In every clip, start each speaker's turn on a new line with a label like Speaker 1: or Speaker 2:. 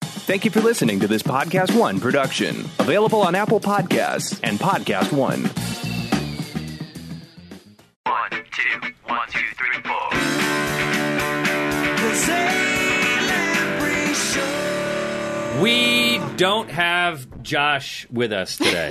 Speaker 1: Thank you for listening to this Podcast One production, available on Apple Podcasts and Podcast One.
Speaker 2: One, two, one, two, three, four.
Speaker 3: We don't have Josh with us today.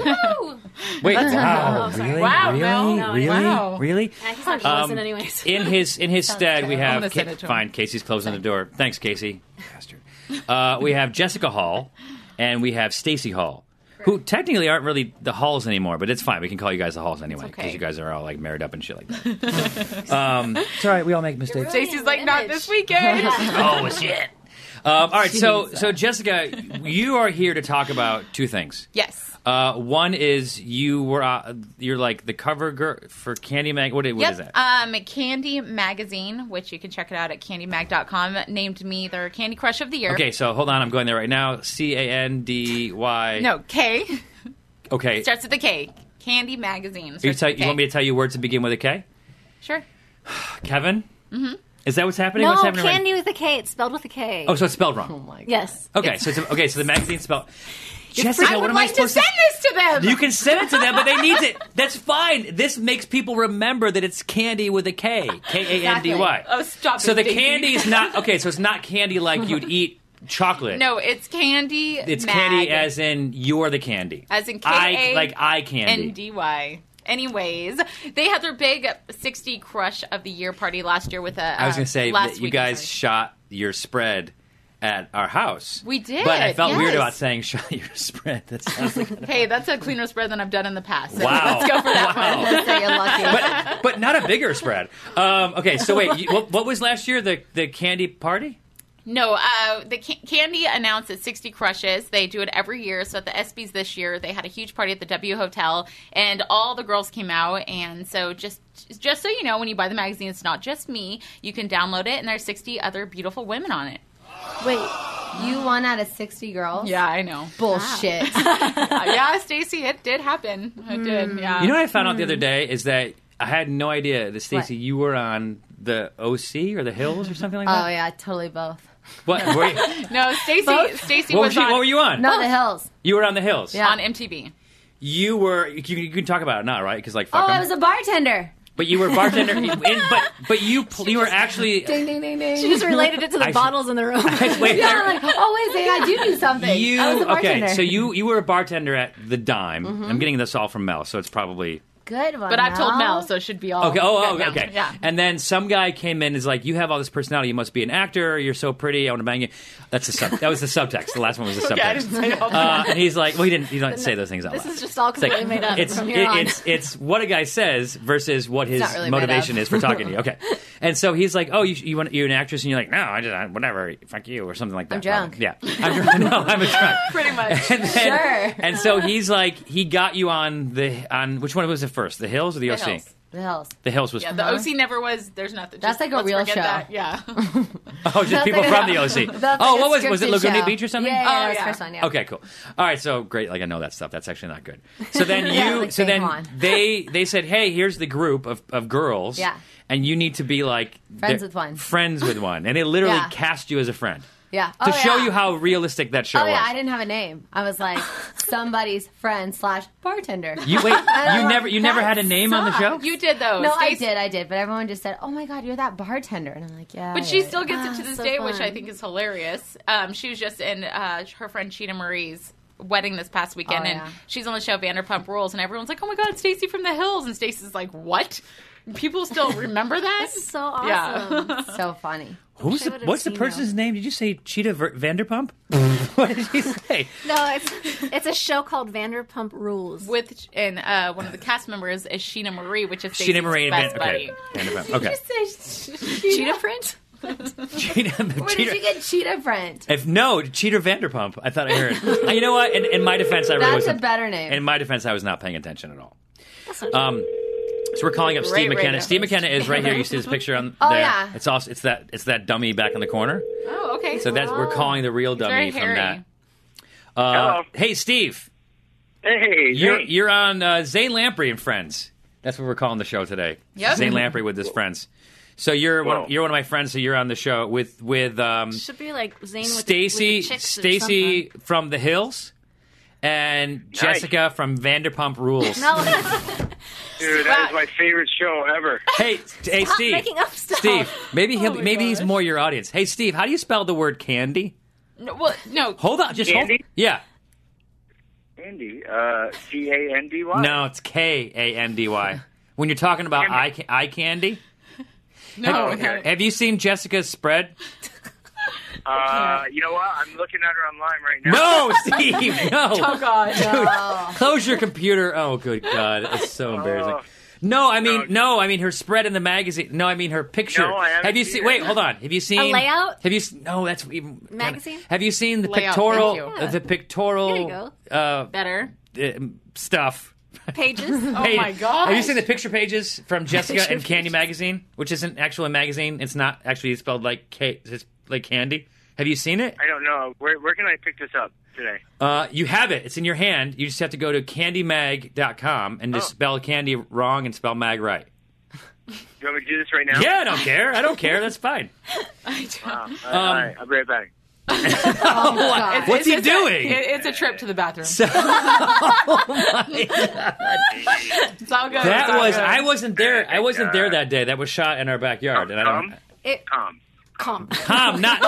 Speaker 3: Wait,
Speaker 4: wow,
Speaker 3: wow,
Speaker 4: Oh, sorry.
Speaker 3: really,
Speaker 4: Wow,
Speaker 3: really,
Speaker 4: Mel, no,
Speaker 3: really,
Speaker 4: wow.
Speaker 3: really?
Speaker 5: Yeah, he's not
Speaker 3: Um,
Speaker 5: um, anyways.
Speaker 3: in his in his stead, we
Speaker 4: I'm
Speaker 3: have
Speaker 4: gonna
Speaker 3: Ca-
Speaker 4: send it to him.
Speaker 3: fine. Casey's closing the door. Thanks, Casey. Bastard. Uh, we have Jessica Hall, and we have Stacy Hall, who technically aren't really the Halls anymore, but it's fine. We can call you guys the Halls anyway because
Speaker 4: okay.
Speaker 3: you guys are all like married up and shit like that. um, it's all right. We all make mistakes.
Speaker 4: Stacy's like, not this weekend.
Speaker 3: oh shit. Um, all right, so so Jessica, you are here to talk about two things.
Speaker 4: yes.
Speaker 3: Uh, one is you were uh, you're like the cover girl for Candy Mag. What, i- what
Speaker 4: yep.
Speaker 3: is that?
Speaker 4: Um, Candy Magazine, which you can check it out at candymag.com, named me their Candy Crush of the Year.
Speaker 3: okay, so hold on, I'm going there right now. C A N D Y.
Speaker 4: No, K.
Speaker 3: Okay.
Speaker 4: Starts with a K. Candy Magazine.
Speaker 3: Are you, tell, you want me to tell you where to begin with a K?
Speaker 4: Sure.
Speaker 3: Kevin. Mm-hmm. Is that what's happening?
Speaker 5: no,
Speaker 3: what's happening right-
Speaker 5: candy with a K. It's spelled with a K.
Speaker 3: Oh, so it's spelled wrong.
Speaker 5: yes.
Speaker 3: Okay, so it's, okay, so the magazine spelled. Jessica,
Speaker 4: I
Speaker 3: what
Speaker 4: would
Speaker 3: am
Speaker 4: like
Speaker 3: I
Speaker 4: to
Speaker 3: supposed
Speaker 4: send this to them.
Speaker 3: You can send it to them, but they need it. That's fine. This makes people remember that it's candy with a K. K A N D Y.
Speaker 4: Exactly. Oh, stop
Speaker 3: So
Speaker 4: it,
Speaker 3: the
Speaker 4: Daisy.
Speaker 3: candy is not okay. So it's not candy like you'd eat chocolate.
Speaker 4: No, it's Candy.
Speaker 3: it's
Speaker 4: Mag,
Speaker 3: candy as in you're the candy.
Speaker 4: As in
Speaker 3: I
Speaker 4: K A
Speaker 3: like eye candy.
Speaker 4: and DY. Anyways, they had their big 60 Crush of the Year party last year with a.
Speaker 3: I was
Speaker 4: uh,
Speaker 3: gonna say
Speaker 4: last
Speaker 3: that you
Speaker 4: week, I'm
Speaker 3: guys
Speaker 4: sorry.
Speaker 3: shot your spread. At our house,
Speaker 4: We did,
Speaker 3: but I felt weird
Speaker 4: yes.
Speaker 3: about saying "shot your spread." That sounds like
Speaker 4: Hey, that's a cleaner spread than I've done in the past. So
Speaker 3: Wow.
Speaker 4: Let's go for that
Speaker 3: Wow.
Speaker 4: one.
Speaker 5: Let's say you're lucky.
Speaker 3: but but not a bigger spread. Um, okay, so wait, you, what, what was last year the the candy party?
Speaker 4: No, uh, the ca- Candy announced at 60 Crushes. They do it every year. So at the ESPYS this year, they had a huge party at the W Hotel, and all the girls came out. And so just just so you know, when you buy the magazine, it's not just me. You can download it, and there's 60 other beautiful women on it.
Speaker 5: Wait, you one out of sixty girls?
Speaker 4: Yeah, I know. Uh,
Speaker 5: Bullshit.
Speaker 4: yeah, Stacy, it did happen.
Speaker 5: Hmm.
Speaker 4: It did.
Speaker 5: Mm.
Speaker 4: Yeah.
Speaker 3: You know what I found out the other day is that I had no idea that Stacey, you were on the OC or the Hills or something like
Speaker 5: oh
Speaker 3: that.
Speaker 5: yeah, totally both.
Speaker 3: What were you,
Speaker 4: no, Stacy. Stacy
Speaker 3: what, was
Speaker 4: was,
Speaker 3: you,
Speaker 4: on,
Speaker 3: what were you on?
Speaker 5: No, the hills.
Speaker 3: You were on the Hills.
Speaker 5: Yeah.
Speaker 4: on MTV.
Speaker 3: You were. You, you can talk about it now, right? Because like, fuck
Speaker 5: Oh,
Speaker 3: 'em.
Speaker 5: I was a bartender.
Speaker 3: but you were bartender, you- and, but but you pl- you were actually.
Speaker 5: Ding ding ding ding. She just related it to the
Speaker 3: I should-
Speaker 5: bottles in the room.
Speaker 3: wait,
Speaker 5: yeah,
Speaker 3: there-
Speaker 5: I'm like, oh wait, I do do something.
Speaker 3: You
Speaker 5: I was a bartender. Mm-hmm.
Speaker 3: okay? So you you were a bartender at the Dime. I'm getting this all from Mel, so it's probably
Speaker 5: good one.
Speaker 4: But I've told Mel,
Speaker 5: Mel.
Speaker 4: so it should be all.
Speaker 3: Okay. Oh,
Speaker 4: good
Speaker 3: oh
Speaker 4: now.
Speaker 3: okay.
Speaker 4: Yeah.
Speaker 3: And then some guy came in and is like, "You have all this personality. You must be an actor. You're so pretty. I want to bang you." That's the sub. that was the subtext. The last one was the subtext.
Speaker 4: Yeah, I didn't say all that.
Speaker 3: uh, and he's like, "Well, he didn't. You don't say those things out
Speaker 5: this
Speaker 3: loud."
Speaker 5: is just all
Speaker 3: It's like,
Speaker 5: completely made up
Speaker 3: it's,
Speaker 5: from
Speaker 3: it-
Speaker 5: here on.
Speaker 3: it's it's what a guy says versus what his
Speaker 5: not really made
Speaker 3: motivation
Speaker 5: up.
Speaker 3: is for talking to you. Okay, and so he's like, "Oh, you you want you're an actress?" And you're like, "No, I just I, whatever, fuck you," or something like that.
Speaker 5: I'm drunk.
Speaker 3: Yeah, I'm drunk. No, I'm a drunk.
Speaker 4: Pretty much.
Speaker 3: And then-
Speaker 5: Sure.
Speaker 3: And so he's like, he got you on the on which one was it first, the Hills or the,
Speaker 4: The
Speaker 3: OC?
Speaker 4: Hills.
Speaker 5: the hills.
Speaker 3: The Hills was
Speaker 4: Yeah, the OC never was. There's nothing.
Speaker 5: That's
Speaker 4: Just
Speaker 5: like a
Speaker 4: let's
Speaker 5: real
Speaker 4: forget
Speaker 5: show.
Speaker 4: That. Yeah.
Speaker 3: Oh, just
Speaker 5: That's
Speaker 3: people
Speaker 5: like
Speaker 3: from
Speaker 5: a-
Speaker 3: the OC.
Speaker 5: That's
Speaker 3: oh,
Speaker 5: like a
Speaker 3: what was was it
Speaker 5: scripted
Speaker 3: Laguna
Speaker 5: show.
Speaker 3: Beach or something?
Speaker 5: Yeah, yeah,
Speaker 4: Oh,
Speaker 5: that was
Speaker 4: yeah.
Speaker 5: the first one. Yeah.
Speaker 3: Okay, cool. All right, so great. Like I know that stuff. That's actually not good. So then you,
Speaker 5: Yeah, like
Speaker 3: so
Speaker 5: day
Speaker 3: then
Speaker 5: one.
Speaker 3: they they said, hey, here's the group of of girls.
Speaker 5: Yeah.
Speaker 3: And you need to be like
Speaker 5: Friends
Speaker 3: they're-
Speaker 5: with one.
Speaker 3: Friends with one, and they literally
Speaker 5: Yeah.
Speaker 3: cast you as a friend
Speaker 5: Yeah.
Speaker 3: to
Speaker 5: Oh,
Speaker 3: show
Speaker 5: yeah.
Speaker 3: you how realistic that show
Speaker 5: Oh
Speaker 3: was.
Speaker 5: yeah, I didn't have a name. I was like somebody's friend slash bartender.
Speaker 3: You wait.
Speaker 5: I'm
Speaker 3: You
Speaker 5: like,
Speaker 3: never. You never had a
Speaker 5: that
Speaker 3: name on the show.
Speaker 4: You did though.
Speaker 5: No, I
Speaker 4: Stacy-
Speaker 5: did, I did, but everyone just said, "Oh my god, you're that bartender," and I'm like, "Yeah."
Speaker 4: But
Speaker 5: yeah,
Speaker 4: she
Speaker 5: yeah."
Speaker 4: still gets it to
Speaker 5: Ah,
Speaker 4: this
Speaker 5: so
Speaker 4: day, which I
Speaker 5: fun.
Speaker 4: think is hilarious. Um, she was just in uh, her friend Sheena Marie's wedding this past weekend,
Speaker 5: Oh, yeah.
Speaker 4: and she's on the show Vanderpump Rules, and everyone's like, "Oh my God, Stacy from the Hills!" And Stacy's like, "What? People still remember that?"
Speaker 5: This is so
Speaker 4: Yeah.
Speaker 5: awesome. so funny.
Speaker 3: Who's
Speaker 6: I
Speaker 3: the,
Speaker 6: would've
Speaker 3: what's the
Speaker 6: seen
Speaker 3: person's name? Did you say Cheetah Ver- Vanderpump? what did you say?
Speaker 6: No, it's it's a show called Vanderpump Rules.
Speaker 4: With and uh, one of the cast members is Sheena Marie, which is Stacy's
Speaker 3: Cheetah Marie and
Speaker 4: best
Speaker 3: Van-
Speaker 4: buddy.
Speaker 3: okay. Vanderpump. Okay.
Speaker 5: Cheetah print?
Speaker 3: Cheetah.
Speaker 5: Where did you get cheetah print?
Speaker 3: If no, Cheater Vanderpump. I thought I heard. Uh, you know what? In, in my defense, I really
Speaker 5: That's a
Speaker 3: wasn't.
Speaker 5: better name.
Speaker 3: in my defense, I was not paying attention at all. Um, so we're calling up
Speaker 4: Great
Speaker 3: Steve McKenna.
Speaker 4: radio
Speaker 3: Steve McKenna is right here. You see this picture on
Speaker 5: Oh,
Speaker 3: there?
Speaker 5: yeah.
Speaker 3: It's also it's that it's that dummy back in the corner.
Speaker 4: Oh, okay.
Speaker 3: So that's we're calling the real
Speaker 4: very
Speaker 3: dummy from
Speaker 4: hairy.
Speaker 3: that. Uh,
Speaker 7: Hello.
Speaker 3: hey Steve,
Speaker 7: Hey,
Speaker 3: you're
Speaker 7: hey.
Speaker 3: you're on uh, Zane Lamprey and Friends. That's what we're calling the show today.
Speaker 4: Yep.
Speaker 3: Zane Lamprey with his friends. So you're
Speaker 7: Whoa.
Speaker 3: one, you're one of my friends. So you're on the show with with um,
Speaker 6: Should be like Zane with the- with
Speaker 3: Stacy
Speaker 6: the chicks or
Speaker 3: Stacy from The Hills and Jessica from Vanderpump Rules.
Speaker 6: something. No,
Speaker 7: Dude, that is my favorite show ever.
Speaker 3: Hey, hey, Steve.
Speaker 6: making up stuff.
Speaker 3: Steve, maybe he'll,
Speaker 6: Oh my
Speaker 3: maybe he's
Speaker 6: gosh.
Speaker 3: more your audience. Hey, Steve, how do you spell the word candy?
Speaker 4: No, well, no.
Speaker 3: Hold on, just hold.
Speaker 7: Candy?
Speaker 3: Yeah,
Speaker 7: Andy, uh, C A N D Y.
Speaker 3: no, it's K A N D Y. When you're talking about eye, ca- eye candy,
Speaker 4: No.
Speaker 7: okay.
Speaker 3: have you seen Jessica's spread?
Speaker 7: Uh, you know what? I'm looking at her online right now.
Speaker 3: No, Steve,
Speaker 5: Oh,
Speaker 3: no.
Speaker 4: God.
Speaker 3: Close your computer. Oh, good God, it's so embarrassing.
Speaker 7: Oh.
Speaker 3: No, I mean, no, I mean her spread in the magazine. No, I mean her picture.
Speaker 7: No, I haven't
Speaker 3: have you
Speaker 7: seen
Speaker 3: seen?
Speaker 7: it.
Speaker 3: Wait, hold on. Have you seen
Speaker 6: layout?
Speaker 3: Have you? s- No, that's even
Speaker 6: Magazine?
Speaker 3: Have you seen the
Speaker 4: Layout,
Speaker 3: pictorial?
Speaker 4: thank
Speaker 6: you.
Speaker 3: uh, The pictorial uh,
Speaker 4: Better.
Speaker 3: uh, stuff.
Speaker 6: pages.
Speaker 4: Oh my God.
Speaker 3: Have you seen the picture pages from Jessica and Candy magazine, which isn't actually a magazine? It's not actually spelled like K, it's like candy. Have you seen it?
Speaker 7: I don't know. Where, where can I pick this up today?
Speaker 3: Uh, you have it. It's in your hand. You just have to go to candymag.com and
Speaker 7: Oh.
Speaker 3: just spell candy wrong and spell mag right.
Speaker 7: You want me to do this right now?
Speaker 3: Yeah, I don't care. I don't care. That's fine.
Speaker 7: Wow. Uh, all right, I'll be right back.
Speaker 5: Oh, God.
Speaker 3: What's he
Speaker 4: It's a-
Speaker 3: doing?
Speaker 4: it- it's a trip to the bathroom.
Speaker 3: So- oh
Speaker 4: It's all good. It's
Speaker 3: that
Speaker 4: all
Speaker 3: was
Speaker 4: good.
Speaker 3: I wasn't there. I wasn't there that day. That was shot in our backyard, and I don't.
Speaker 7: Tom?
Speaker 6: It,
Speaker 7: Tom.
Speaker 6: com.
Speaker 3: com, not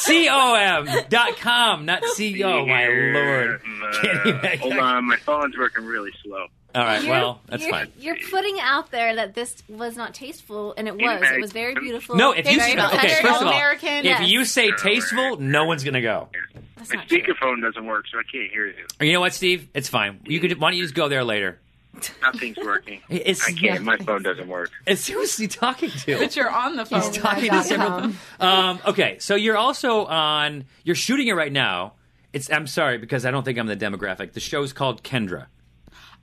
Speaker 3: c o m dot com, not c o. My
Speaker 7: Yeah,
Speaker 3: lord. Oh.
Speaker 7: uh,
Speaker 3: Candy mag.
Speaker 7: hold on, my phone's working really slow.
Speaker 3: All right. Well, that's
Speaker 6: you're,
Speaker 3: fine.
Speaker 6: You're putting out there that this was not tasteful, and it was. It was very beautiful.
Speaker 3: No, if you
Speaker 4: Very
Speaker 3: say,
Speaker 4: well.
Speaker 3: okay,
Speaker 4: Very
Speaker 3: first of all,
Speaker 4: American,
Speaker 3: if
Speaker 6: yes.
Speaker 3: you say tasteful, no one's gonna go.
Speaker 6: That's
Speaker 7: My
Speaker 6: not true.
Speaker 7: speakerphone doesn't work, so I can't hear you.
Speaker 3: Or You know what, Steve? It's fine. You could why don't you just go there later?
Speaker 7: Nothing's working.
Speaker 3: It's
Speaker 7: I can't. My phone doesn't work.
Speaker 3: It's who's he talking to?
Speaker 4: But you're on the phone.
Speaker 3: He's talking to someone. Um, okay, so you're also on. You're shooting it right now. It's. I'm sorry because I don't think I'm the demographic. The show's called Kendra.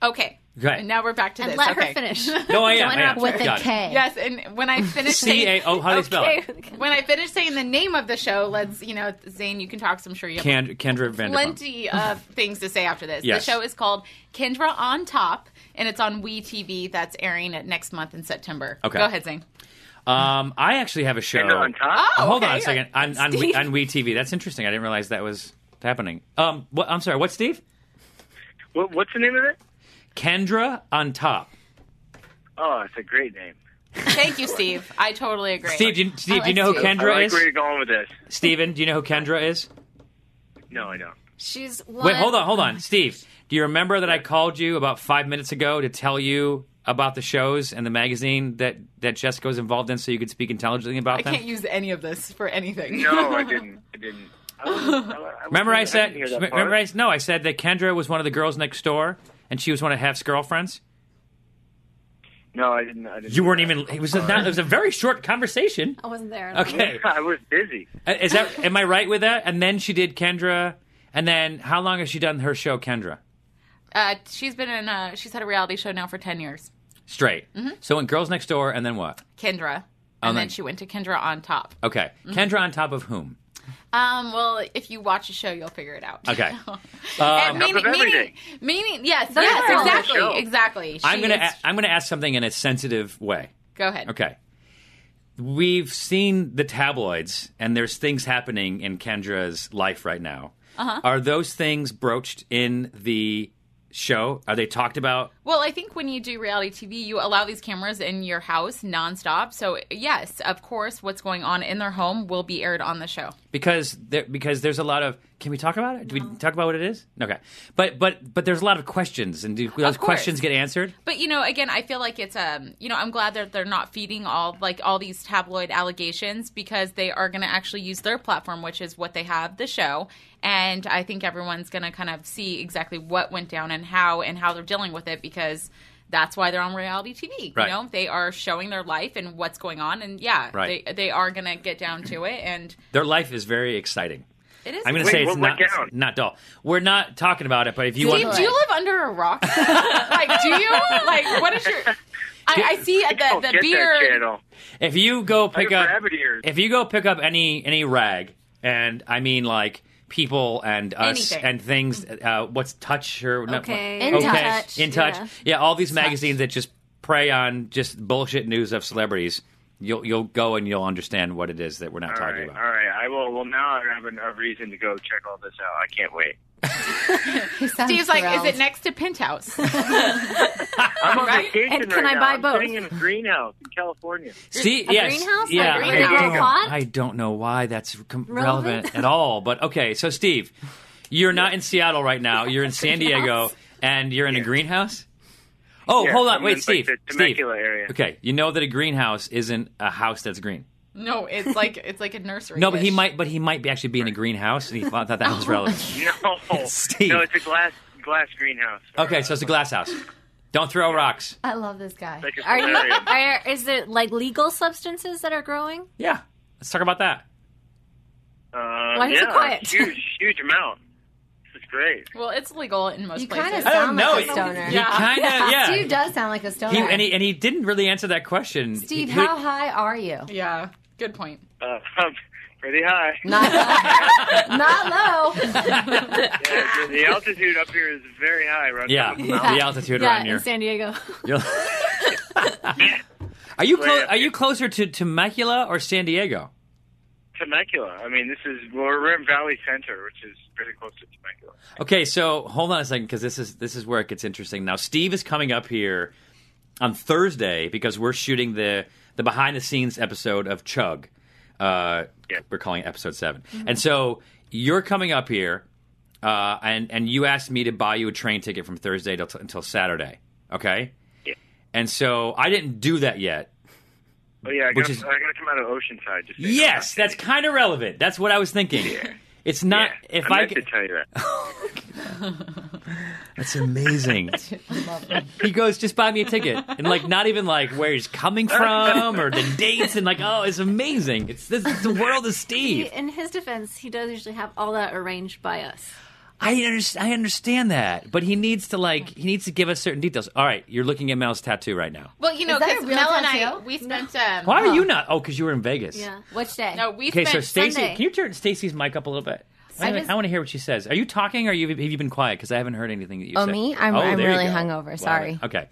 Speaker 4: Okay.
Speaker 3: Okay.
Speaker 4: And now we're back to
Speaker 6: And
Speaker 4: this.
Speaker 6: let
Speaker 4: okay.
Speaker 6: her finish.
Speaker 3: No, I am.
Speaker 6: Don't
Speaker 3: I am.
Speaker 6: interrupt
Speaker 5: With a
Speaker 3: Got it.
Speaker 5: K.
Speaker 4: Yes, and when I finish
Speaker 3: C
Speaker 4: saying
Speaker 3: A O. How do they spell
Speaker 6: Okay.
Speaker 3: it?
Speaker 4: when I finish saying the name of the show, let's you know, Zane, you can talk. So I'm sure you have
Speaker 3: Kend- Kendra Vanderpump.
Speaker 4: plenty of things to say after this.
Speaker 3: Yes.
Speaker 4: The show is called Kendra on Top, and it's on We TV. That's airing it next month in September.
Speaker 3: Okay.
Speaker 4: Go ahead, Zane.
Speaker 3: Um, I actually have a show.
Speaker 7: And on top?
Speaker 4: Oh,
Speaker 3: Hold
Speaker 4: okay.
Speaker 3: on a second. On on, we, on Wii TV. That's interesting. I didn't realize that was happening. Um, what, I'm sorry. What, Steve?
Speaker 7: What, what's the name of it?
Speaker 3: Kendra on top.
Speaker 7: Oh, it's a great name.
Speaker 4: Thank you, Steve. I totally agree.
Speaker 3: Steve, do you, Steve, do you
Speaker 6: like
Speaker 3: know who
Speaker 6: Steve.
Speaker 7: I
Speaker 3: Kendra
Speaker 7: like
Speaker 3: is?
Speaker 7: where you're going with this.
Speaker 3: Steven, do you know who Kendra is?
Speaker 7: No, I don't.
Speaker 6: She's one.
Speaker 3: Wait, hold on, hold on. Steve, do you remember that I called you about five minutes ago to tell you about the shows and the magazine that, that Jessica was involved in so you could speak intelligently about
Speaker 4: I
Speaker 3: them?
Speaker 4: can't use any of this for anything.
Speaker 7: No, I didn't. I didn't. I wasn't- I wa- I
Speaker 3: remember I
Speaker 7: wasn't-
Speaker 3: said,
Speaker 7: didn't hear that
Speaker 3: remember
Speaker 7: part.
Speaker 3: I, no, I said that Kendra was one of the girls next door and she was one of Hef's girlfriends?
Speaker 7: No, I didn't. I didn't
Speaker 3: You
Speaker 7: do
Speaker 3: weren't
Speaker 7: that.
Speaker 3: even, it was a, not, it was a very short conversation.
Speaker 7: Oh,
Speaker 6: I wasn't there.
Speaker 3: Okay. Uh,
Speaker 7: I was busy.
Speaker 3: Is that, am I right with that? And then she did Kendra. And then how long has she done her show, Kendra?
Speaker 4: Uh, she's been in. A, she's had a reality show now for ten years.
Speaker 3: Straight.
Speaker 7: Mm-hmm.
Speaker 3: So when Girls Next Door and then what?
Speaker 4: Kendra,
Speaker 3: Oh,
Speaker 4: and then
Speaker 3: nice.
Speaker 4: she went to Kendra on Top.
Speaker 3: Okay.
Speaker 7: Mm-hmm.
Speaker 3: Kendra on top of whom?
Speaker 4: Um, well, if you watch the show, you'll figure it out.
Speaker 3: Okay.
Speaker 4: And
Speaker 3: Um,
Speaker 7: Top Uh, of
Speaker 4: meaning, meaning,
Speaker 7: everything.
Speaker 4: meaning, yes,
Speaker 6: Those
Speaker 4: yes,
Speaker 6: are all the
Speaker 7: show.
Speaker 4: exactly, exactly. She
Speaker 3: I'm gonna
Speaker 4: is-
Speaker 3: a- I'm gonna ask something in a sensitive way.
Speaker 4: go ahead.
Speaker 3: Okay. We've seen the tabloids, and there's things happening in Kendra's life right now. Uh-huh. Are those things broached in the show? Are they talked about?
Speaker 4: Well, I think when you do reality TV, you allow these cameras in your house nonstop. So yes, of course, what's going on in their home will be aired on the show.
Speaker 3: Because there, because there's a lot of can we talk about it? Do we talk about what it is? Okay, but but but there's a lot of questions, and do
Speaker 4: course.
Speaker 3: those questions get answered?
Speaker 4: But you know, again, I feel like it's um, you know, I'm glad that they're not feeding all like all these tabloid allegations because they are going to actually use their platform, which is what they have the show, and I think everyone's going to kind of see exactly what went down and how and how they're dealing with it because that's why they're on reality TV.
Speaker 3: Right.
Speaker 4: You know, they are showing their life and what's going on, and yeah,
Speaker 3: Right.
Speaker 4: they they are going to get down to it, and
Speaker 3: Their life is very exciting.
Speaker 4: it is.
Speaker 3: I'm going to
Speaker 7: Wait,
Speaker 3: say
Speaker 7: what
Speaker 3: it's
Speaker 7: went
Speaker 3: not
Speaker 7: down?
Speaker 3: it's not dull. We're not talking about it, but if you
Speaker 4: Do
Speaker 3: want,
Speaker 4: you, do you live under a rock? like, do you? Like, what is your? I, I see at
Speaker 7: Oh,
Speaker 4: the, the
Speaker 7: get that
Speaker 4: beard.
Speaker 7: channel.
Speaker 3: if you go pick up
Speaker 7: rabbit ears.
Speaker 3: if you go pick up any any rag and I mean like people and us
Speaker 4: Anything.
Speaker 3: and things uh, what's touch or no,
Speaker 6: Okay.
Speaker 5: In
Speaker 3: okay,
Speaker 5: Touch.
Speaker 3: in touch yeah, all these magazines that just prey on just bullshit news of celebrities You'll you'll go and you'll understand what it is that we're not
Speaker 7: All
Speaker 3: talking
Speaker 7: right, all
Speaker 3: about.
Speaker 7: right. I will. Well, now I have an- a reason to go check all this out. I can't wait.
Speaker 5: He sounds
Speaker 4: Steve's like,
Speaker 5: thrilled.
Speaker 4: is it next to Penthouse?
Speaker 7: I'm on
Speaker 4: Right?
Speaker 7: vacation
Speaker 6: And can
Speaker 7: right
Speaker 6: I
Speaker 7: now.
Speaker 6: buy
Speaker 7: I'm
Speaker 6: both?
Speaker 7: Sitting in a greenhouse in California.
Speaker 3: See,
Speaker 6: A
Speaker 3: yes,
Speaker 6: greenhouse? A
Speaker 3: yeah.
Speaker 6: greenhouse
Speaker 3: I, don't,
Speaker 6: pot?
Speaker 3: I don't know why that's com- relevant?
Speaker 6: Relevant?
Speaker 3: at all. But okay, so Steve, you're not in Seattle right now. You're in San Diego, and you're in a greenhouse. Oh,
Speaker 7: Yeah,
Speaker 3: hold on,
Speaker 7: I'm
Speaker 3: wait,
Speaker 7: in,
Speaker 3: Steve.
Speaker 7: Like the
Speaker 3: Steve.
Speaker 7: Temecula area.
Speaker 3: Okay, you know that a greenhouse isn't a house that's green.
Speaker 4: no, it's like it's like a nursery.
Speaker 3: No, but he
Speaker 4: dish.
Speaker 3: might, but he might be actually be in a greenhouse, and he thought that that was relevant.
Speaker 7: No,
Speaker 3: Steve.
Speaker 7: no, it's a glass glass greenhouse.
Speaker 3: Okay, so it's a glass house. Don't throw rocks.
Speaker 5: I love this guy.
Speaker 7: Like a
Speaker 6: Are you?
Speaker 7: solarium.
Speaker 6: Are, is it like legal substances that are growing?
Speaker 3: Yeah, let's talk about that.
Speaker 7: Uh,
Speaker 6: Why is it
Speaker 7: yeah,
Speaker 6: quiet?
Speaker 7: Huge, huge amount. This is great.
Speaker 4: Well, it's legal in most
Speaker 5: You kind of
Speaker 4: places.
Speaker 3: I don't
Speaker 5: sound
Speaker 3: know.
Speaker 5: like a stoner.
Speaker 3: He kind of, yeah.
Speaker 5: Steve does sound like a stoner.
Speaker 3: He, and he and he didn't really answer that question.
Speaker 5: Steve,
Speaker 3: He- he-
Speaker 5: how high are you?
Speaker 4: yeah, good point.
Speaker 7: Uh, pretty high.
Speaker 5: Not low. Not low.
Speaker 7: Yeah, the altitude up here is very high. Right
Speaker 3: Yeah, the altitude
Speaker 6: Yeah,
Speaker 3: around here.
Speaker 6: in San Diego.
Speaker 3: You'll- are you clo-
Speaker 7: Way up
Speaker 3: are you closer to Temecula or San Diego?
Speaker 7: Temecula. I mean, this is well, we're in Valley Center, which is pretty close to Temecula.
Speaker 3: Okay, so hold on a second because this is this is where it gets interesting. Now Steve is coming up here on Thursday because we're shooting the the behind the scenes episode of Chug. Uh,
Speaker 7: Yeah.
Speaker 3: We're calling it episode 7 and so you're coming up here, uh, and and you asked me to buy you a train ticket from Thursday till, until Saturday. Okay,
Speaker 7: Yeah.
Speaker 3: and so I didn't do that yet.
Speaker 7: Oh yeah, I
Speaker 3: Which
Speaker 7: gotta,
Speaker 3: is-
Speaker 7: I gotta come out of Oceanside. Just so you know.
Speaker 3: Yes, that's kind of relevant. That's what I was thinking. It's
Speaker 7: Yeah,
Speaker 3: not if
Speaker 7: I
Speaker 3: I.
Speaker 7: meant
Speaker 3: g-
Speaker 7: to tell you that.
Speaker 3: That's amazing. he goes, just buy me a ticket, and like not even like where he's coming from or the dates, and like oh, it's amazing. It's this, the world of
Speaker 6: He,
Speaker 3: Steve.
Speaker 6: in his defense, he does usually have all that arranged by us.
Speaker 3: I understand. I understand that, but he needs to like he needs to give us certain details. All right, you're looking at Mel's tattoo right now.
Speaker 4: Well, you know,
Speaker 5: Is that a
Speaker 4: because
Speaker 5: real
Speaker 4: Mel and I,
Speaker 5: tattoo?
Speaker 4: we spent. Um,
Speaker 3: Why are you not? Oh, because you were in Vegas.
Speaker 6: Yeah.
Speaker 5: Which day?
Speaker 4: No, we
Speaker 3: Okay,
Speaker 4: spent.
Speaker 3: so Stacy,
Speaker 6: Sunday.
Speaker 3: can you turn Stacy's mic up a little bit? Wait a minute, I,
Speaker 5: just-
Speaker 3: want to hear what she says. Are you talking, or you, have you been quiet? Because I haven't heard anything that you
Speaker 5: Oh,
Speaker 3: said.
Speaker 5: me? I'm- I'm
Speaker 3: there you
Speaker 5: really
Speaker 3: go.
Speaker 5: hungover,
Speaker 3: Wow.
Speaker 5: sorry.
Speaker 3: Okay.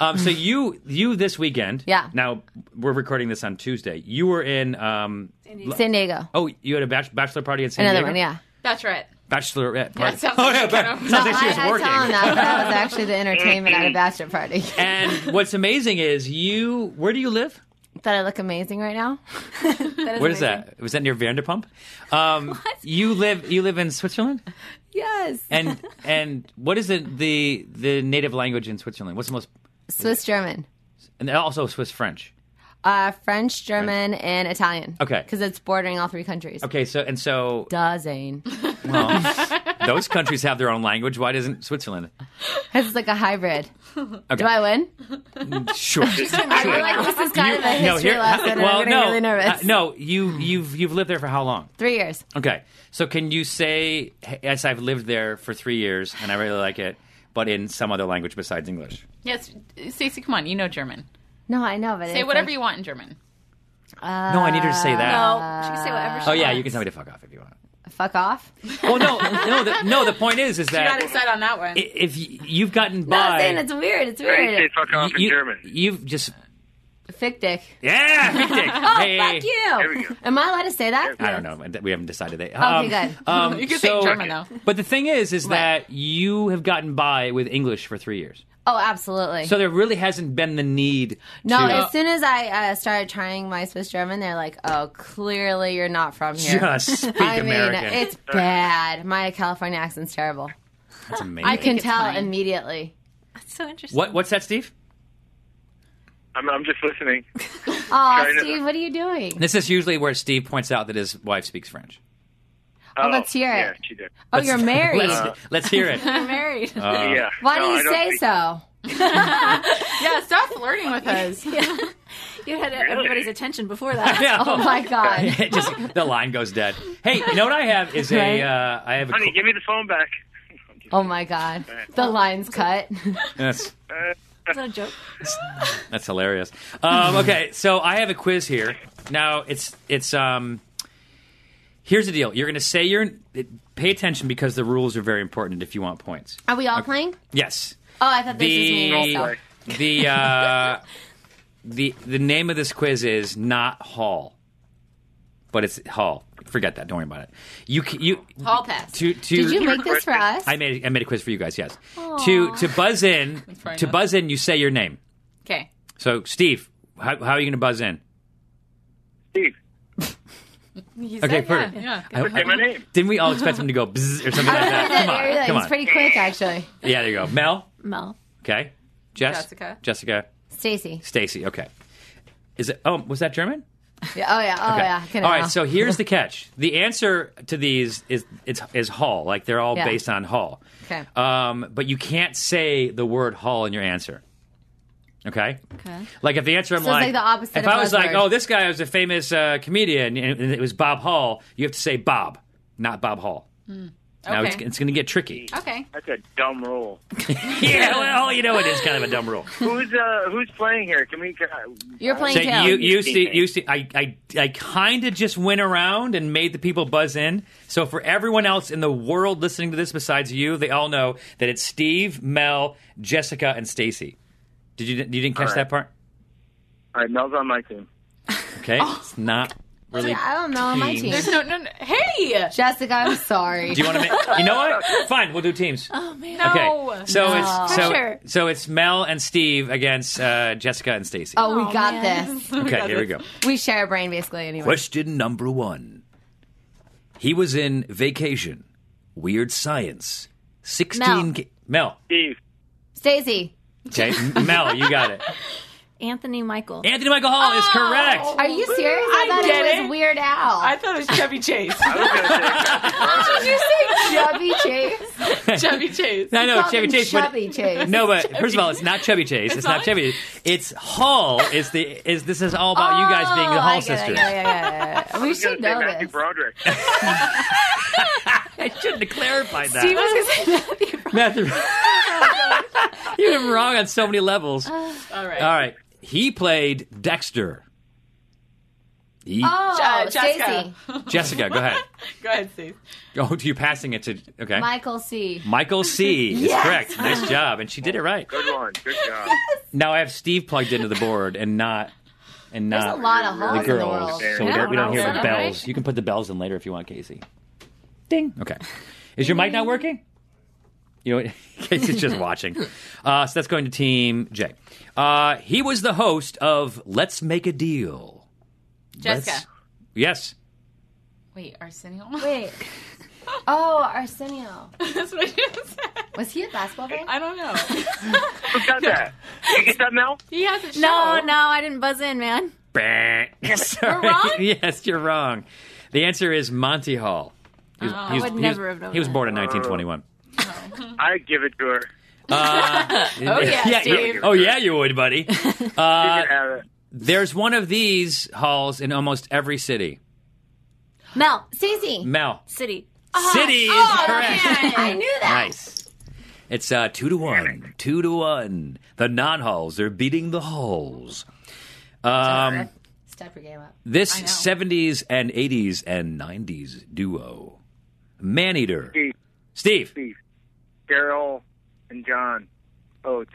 Speaker 3: Um, so you you this weekend?
Speaker 5: Yeah.
Speaker 3: Now we're recording this on Tuesday. You were in. Um,
Speaker 5: San Diego.
Speaker 3: oh, you had a bach- bachelor party at San
Speaker 5: Another
Speaker 3: Diego.
Speaker 5: one, yeah.
Speaker 4: That's right.
Speaker 3: Bachelorette party.
Speaker 4: sounds
Speaker 3: oh
Speaker 4: like
Speaker 3: yeah,
Speaker 4: you
Speaker 3: ba-
Speaker 4: know.
Speaker 3: sounds
Speaker 4: No,
Speaker 3: like she
Speaker 5: I,
Speaker 3: was
Speaker 5: I
Speaker 3: working.
Speaker 5: tell him that, but that was actually the entertainment at a bachelor party.
Speaker 3: And what's amazing is you. Where do you live?
Speaker 5: That I look amazing right now.
Speaker 6: That
Speaker 3: Where is that? Was that near Vanderpump? Um, You live you live in Switzerland.
Speaker 5: Yes.
Speaker 3: and and what is the, the the native language in Switzerland? What's the most
Speaker 5: Swiss German,
Speaker 3: and also Swiss French.
Speaker 5: uh, French, German, and Italian.
Speaker 3: Okay.
Speaker 5: Because it's bordering all three countries.
Speaker 3: Okay, Oh. so and so
Speaker 5: Duh, Zane.
Speaker 3: those countries have their own language. Why doesn't Switzerland?
Speaker 5: It's like a hybrid.
Speaker 3: Okay.
Speaker 5: Do I win?
Speaker 3: Sure.
Speaker 5: I feel like this is kind of a history
Speaker 3: no, here.
Speaker 5: lesson. and
Speaker 3: well,
Speaker 5: I'm getting
Speaker 3: no,
Speaker 5: really nervous.
Speaker 3: uh, no. You you've you've lived there for how long?
Speaker 5: Three years.
Speaker 3: Okay, so can you say "Hey, yes? I've lived there for three years and I really like it, but in some other language besides English.
Speaker 4: Yes, Stacy, come on. You know German.
Speaker 5: No, I know, but
Speaker 4: Say whatever you want in German.
Speaker 5: Uh,
Speaker 3: no, I need her to say that.
Speaker 6: No, she can say whatever she
Speaker 3: oh yeah,
Speaker 6: wants.
Speaker 3: you can tell me to fuck off if you want.
Speaker 5: want. Fuck off.
Speaker 3: Well, no, no, the, no. The point is, is
Speaker 4: You
Speaker 3: that
Speaker 4: got excited on that one.
Speaker 3: i- if y- you've gotten
Speaker 5: No,
Speaker 3: by,
Speaker 5: I'm saying it's weird. It's
Speaker 7: I say
Speaker 5: weird.
Speaker 7: fuck off in
Speaker 3: you,
Speaker 7: German.
Speaker 3: You've just
Speaker 5: Fick dick.
Speaker 3: yeah. big dick.
Speaker 5: Oh,
Speaker 3: Hey.
Speaker 5: fuck
Speaker 7: There we
Speaker 5: you.
Speaker 7: go.
Speaker 5: Am I allowed to say that?
Speaker 3: I don't know. We haven't decided that. Okay,
Speaker 5: good.
Speaker 3: Um,
Speaker 4: You can
Speaker 3: so,
Speaker 4: think German, though.
Speaker 3: But the thing is, is
Speaker 5: Right.
Speaker 3: that you have gotten by with English for three years,
Speaker 5: Oh, absolutely.
Speaker 3: so there really hasn't been the need.
Speaker 5: no,
Speaker 3: to
Speaker 5: as soon as I uh, started trying my Swiss German, they're like, "Oh, clearly you're not from here."
Speaker 3: just speak
Speaker 5: I mean,
Speaker 3: American.
Speaker 5: it's bad. My California accent's terrible.
Speaker 3: That's amazing.
Speaker 5: I can
Speaker 6: it's
Speaker 5: tell
Speaker 6: fine.
Speaker 5: immediately.
Speaker 6: That's so interesting.
Speaker 3: What? What's that, Steve?
Speaker 7: I'm, I'm just listening.
Speaker 5: Oh,
Speaker 7: China.
Speaker 5: Steve, what are you doing?
Speaker 3: This is usually where Steve points out that his wife speaks French.
Speaker 7: Oh,
Speaker 5: let's hear
Speaker 7: yeah,
Speaker 5: it.
Speaker 7: she did.
Speaker 5: Oh, you're married.
Speaker 3: Let's, let's hear it.
Speaker 6: You're married.
Speaker 7: yeah.
Speaker 5: Why
Speaker 7: No,
Speaker 5: do
Speaker 7: I
Speaker 5: you
Speaker 7: don't
Speaker 5: say
Speaker 7: speak-
Speaker 5: so?
Speaker 4: yeah, stop flirting with us.
Speaker 6: you had everybody's attention before that.
Speaker 3: Yeah.
Speaker 5: Oh my god.
Speaker 3: It just the line goes dead. Hey, you know what I have is
Speaker 5: Right.
Speaker 3: a uh, I have a
Speaker 7: Honey, give me the phone back.
Speaker 5: Oh my god. The line's cut.
Speaker 3: that's
Speaker 7: Uh,
Speaker 6: It's not a joke.
Speaker 3: that's hilarious. Um, okay, so I have a quiz here. Now it's it's um here's the deal. You're going to say your pay attention because the rules are very important if you want points.
Speaker 5: Are we all playing?
Speaker 3: Yes.
Speaker 5: Oh, I thought this was me.
Speaker 3: The
Speaker 5: myself.
Speaker 7: Like,
Speaker 3: the uh the the name of this quiz is not Hall, but it's Hall. Forget that. Don't worry about it. You c- you
Speaker 4: Hall pass.
Speaker 3: to to
Speaker 5: Did you make this for us?
Speaker 3: I made I made a quiz for you guys. Yes. To to buzz in
Speaker 4: fair
Speaker 3: to
Speaker 4: enough.
Speaker 3: buzz in, you say your name.
Speaker 4: Okay.
Speaker 3: So Steve, how, how are you going to buzz in?
Speaker 7: Steve,
Speaker 3: Okay, perfect.
Speaker 4: yeah, yeah.
Speaker 3: I-
Speaker 7: say my name.
Speaker 3: Didn't we all expect him to go bzzz or something like
Speaker 5: I
Speaker 3: that?
Speaker 5: did that
Speaker 3: Come on,
Speaker 5: earlier.
Speaker 3: come
Speaker 5: It was
Speaker 3: on.
Speaker 5: pretty quick, actually.
Speaker 3: yeah, there you go. Mel.
Speaker 6: Mel.
Speaker 3: Okay. Jess.
Speaker 4: Jessica.
Speaker 3: Jessica.
Speaker 5: Stacy.
Speaker 3: Stacy. Okay. Is it? Oh, was that German?
Speaker 5: Yeah, oh yeah. Oh
Speaker 3: Okay.
Speaker 5: yeah. Can
Speaker 3: all
Speaker 5: I
Speaker 3: right.
Speaker 5: now?
Speaker 3: So here's the catch. The answer to these is it's is Hall. Like they're all
Speaker 5: Yeah.
Speaker 3: based on Hall.
Speaker 5: Okay.
Speaker 3: Um, but you can't say the word Hall in your answer. Okay.
Speaker 6: Okay.
Speaker 3: Like if the answer I'm
Speaker 5: So it's like the opposite
Speaker 3: If
Speaker 5: of
Speaker 3: I was like,
Speaker 5: buzzword.
Speaker 3: oh, this guy was a famous uh, comedian and and it was Bob Hall, you have to say Bob, not Bob Hall. Now it's,
Speaker 4: Okay.
Speaker 3: it's going to get tricky.
Speaker 4: Okay.
Speaker 7: That's a dumb rule.
Speaker 3: yeah. Well, you know it is kind of a dumb rule.
Speaker 7: who's uh, who's playing here? Can uh, we?
Speaker 4: You're playing
Speaker 3: Say
Speaker 4: Cal.
Speaker 3: you, you,
Speaker 7: Steve.
Speaker 3: see, you see, I, I, I kind of just went around and made the people buzz in. So for everyone else in the world listening to this besides you, they all know that it's Steve, Mel, Jessica, and Stacy. Did you you didn't
Speaker 7: All
Speaker 3: catch
Speaker 7: right.
Speaker 3: that part?
Speaker 7: All right, Mel's on my team.
Speaker 3: Okay, it's not really.
Speaker 5: Oh. I don't know. My
Speaker 3: Teams.
Speaker 5: team.
Speaker 4: There's no, no, no. Hey.
Speaker 5: Jessica, I'm sorry.
Speaker 3: Do you want to? make You know what? Fine, we'll do teams.
Speaker 6: Oh man.
Speaker 3: Okay, so
Speaker 5: No.
Speaker 3: it's so
Speaker 6: Pressure.
Speaker 3: so it's Mel and Steve against uh, Jessica and Stacy.
Speaker 5: oh, we
Speaker 6: Aw,
Speaker 5: got
Speaker 6: man.
Speaker 5: this.
Speaker 3: okay, here we go.
Speaker 5: We share a brain basically anyway.
Speaker 3: Question number one. He was in Vacation, Weird Science, 16
Speaker 6: Mel.
Speaker 3: ga- Mel.
Speaker 7: Steve,
Speaker 5: Stacy,
Speaker 3: Okay, Mel, you got it.
Speaker 6: Anthony Michael.
Speaker 3: Anthony Michael Hall is correct.
Speaker 5: Oh. are you serious? I,
Speaker 4: I
Speaker 5: thought
Speaker 4: get
Speaker 5: it was
Speaker 4: it.
Speaker 5: Weird Al.
Speaker 4: I thought it was Chevy Chase.
Speaker 7: I was gonna say,
Speaker 5: Did you say Chubby Chase?
Speaker 4: Chevy Chase.
Speaker 3: I know
Speaker 5: Call
Speaker 3: Chevy
Speaker 5: him
Speaker 3: Chase, but
Speaker 5: Chubby Chase.
Speaker 3: no, but first of all, it's not Chevy Chase. It's, not,
Speaker 4: not?
Speaker 3: Chevy. It's Hall. Is the is this is all about you guys
Speaker 5: Oh,
Speaker 3: being the Hall sisters?
Speaker 5: Yeah, yeah, yeah, yeah. We
Speaker 7: I was gonna
Speaker 5: should
Speaker 7: say
Speaker 5: know
Speaker 7: Matthew
Speaker 5: this.
Speaker 7: Broderick.
Speaker 3: I shouldn't have clarified that.
Speaker 5: Steve was gonna say
Speaker 3: Matthew, you were wrong on so many levels.
Speaker 5: Uh,
Speaker 3: All
Speaker 4: All right.
Speaker 3: right, he played Dexter. He,
Speaker 5: Oh,
Speaker 4: Uh,
Speaker 5: Stacy,
Speaker 4: Jessica.
Speaker 3: Jessica, go ahead.
Speaker 4: Go ahead, Steve.
Speaker 3: Oh, you're passing it to okay.
Speaker 5: Michael C.
Speaker 3: Michael C is
Speaker 5: Yes!
Speaker 3: correct. Nice job, and she did it right.
Speaker 7: Good one. Good job.
Speaker 3: Now I have Steve plugged into the board and not and
Speaker 5: There's
Speaker 3: not
Speaker 5: a lot of
Speaker 3: the
Speaker 5: halls in the
Speaker 3: girls,
Speaker 5: world.
Speaker 3: so we
Speaker 4: Yeah,
Speaker 3: don't we don't hear the
Speaker 4: right.
Speaker 3: bells. You can put the bells in later if you want, Casey. Ding. Okay. Is your mic not working? You know, what? Casey's just watching. Uh, so that's going to Team J. Uh, he was the host of Let's Make a Deal.
Speaker 4: Jessica.
Speaker 3: Let's- yes.
Speaker 4: Wait, Arsenio?
Speaker 5: Wait. Oh, Arsenio.
Speaker 4: That's what I just said.
Speaker 5: Was he a basketball player?
Speaker 4: I don't know.
Speaker 7: Who got that? You get that, Mel?
Speaker 4: He has a show.
Speaker 6: No, no, I didn't buzz in, man.
Speaker 3: Bah. Sorry.
Speaker 4: wrong?
Speaker 3: yes, you're wrong. The answer is Monty Hall. He was, he was-
Speaker 6: Oh, I would
Speaker 3: he
Speaker 6: never
Speaker 3: was-
Speaker 6: have known
Speaker 3: He was
Speaker 6: that.
Speaker 3: born in 1921.
Speaker 7: I give it to her.
Speaker 3: oh
Speaker 4: yeah,
Speaker 7: Steve.
Speaker 3: oh yeah, you would, buddy.
Speaker 7: You can have it.
Speaker 3: There's one of these halls in almost every city.
Speaker 6: Mel.
Speaker 5: Stacy.
Speaker 3: Mel,
Speaker 6: City.
Speaker 3: city is correct.
Speaker 5: I knew that.
Speaker 3: Nice. It's uh, two to one. Two to one. The non-halls are beating the halls. Um,
Speaker 5: Step your game up.
Speaker 3: this
Speaker 4: know.
Speaker 3: 70s and 80s and 90s duo, Maneater,
Speaker 7: Steve,
Speaker 3: Steve.
Speaker 7: Steve, Daryl, and John. Oates.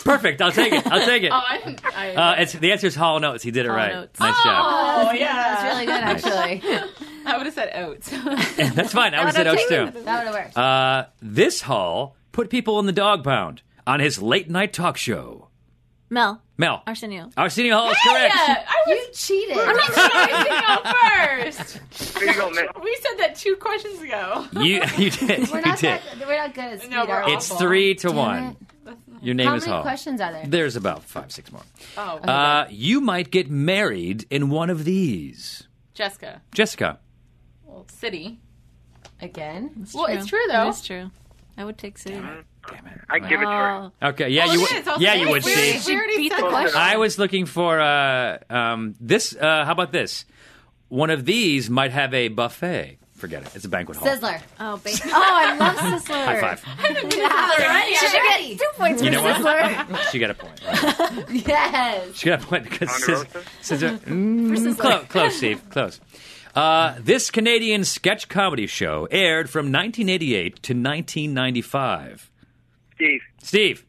Speaker 3: Perfect. I'll take it. I'll take it.
Speaker 4: Oh, I didn't. I,
Speaker 3: Uh, it's the answer is Hall Notes. He did it right.
Speaker 6: Notes.
Speaker 3: Nice job.
Speaker 4: oh, yeah.
Speaker 5: Really good, actually.
Speaker 4: I would have said oats.
Speaker 5: Oh.
Speaker 3: That's fine. I was at Oaks too.
Speaker 5: That would have worked.
Speaker 3: Uh, this Hall put people in the dog pound on his late night talk show.
Speaker 6: Mel.
Speaker 3: Mel.
Speaker 6: Arsenio.
Speaker 3: Arsenio Hall is correct.
Speaker 4: Yeah, I was
Speaker 5: you cheated.
Speaker 4: trying to go first.
Speaker 7: Here you go, Mel.
Speaker 4: We said that two questions ago.
Speaker 3: You, you did.
Speaker 5: We're
Speaker 3: you
Speaker 5: not,
Speaker 3: did.
Speaker 5: that, we're not good at speed.
Speaker 4: No, we're
Speaker 5: are we?
Speaker 4: awful.
Speaker 3: It's three to one. Your name
Speaker 5: How
Speaker 3: is
Speaker 5: many
Speaker 3: Hall.
Speaker 5: questions are there?
Speaker 3: There's about five, six more.
Speaker 4: Oh,
Speaker 3: Uh, you might get married in one of these.
Speaker 4: Jessica.
Speaker 3: Jessica.
Speaker 4: Well, city.
Speaker 5: Again?
Speaker 4: Well,
Speaker 6: True.
Speaker 4: it's true though.
Speaker 6: It's true. I would take City.
Speaker 3: Damn it.
Speaker 7: I give it to her.
Speaker 6: Oh.
Speaker 3: Okay. Yeah,
Speaker 4: Oh, it
Speaker 3: you would.
Speaker 4: is. I'll
Speaker 3: Yeah,
Speaker 4: say
Speaker 3: you
Speaker 4: it.
Speaker 3: would.
Speaker 4: We
Speaker 3: see.
Speaker 4: already- we already
Speaker 6: beat the
Speaker 4: said that.
Speaker 6: question.
Speaker 3: I was looking for uh, um, this. Uh, how about this? One of these might have a buffet. Forget it. It's a banquet hall.
Speaker 5: Sizzler.
Speaker 6: Oh, ba- oh, I love Sizzler.
Speaker 3: High five.
Speaker 5: Alright,
Speaker 6: She should
Speaker 5: alright.
Speaker 6: get two points
Speaker 3: You
Speaker 6: for
Speaker 3: know what?
Speaker 6: Sizzler.
Speaker 3: She got a point. Right?
Speaker 5: Yes.
Speaker 3: She got a point because Sis-
Speaker 7: Ponderosa?
Speaker 3: Sizzler. Close, close, Steve. Close. Uh, this Canadian sketch comedy show aired from 1988 to 1995.
Speaker 7: Steve,
Speaker 3: Steve.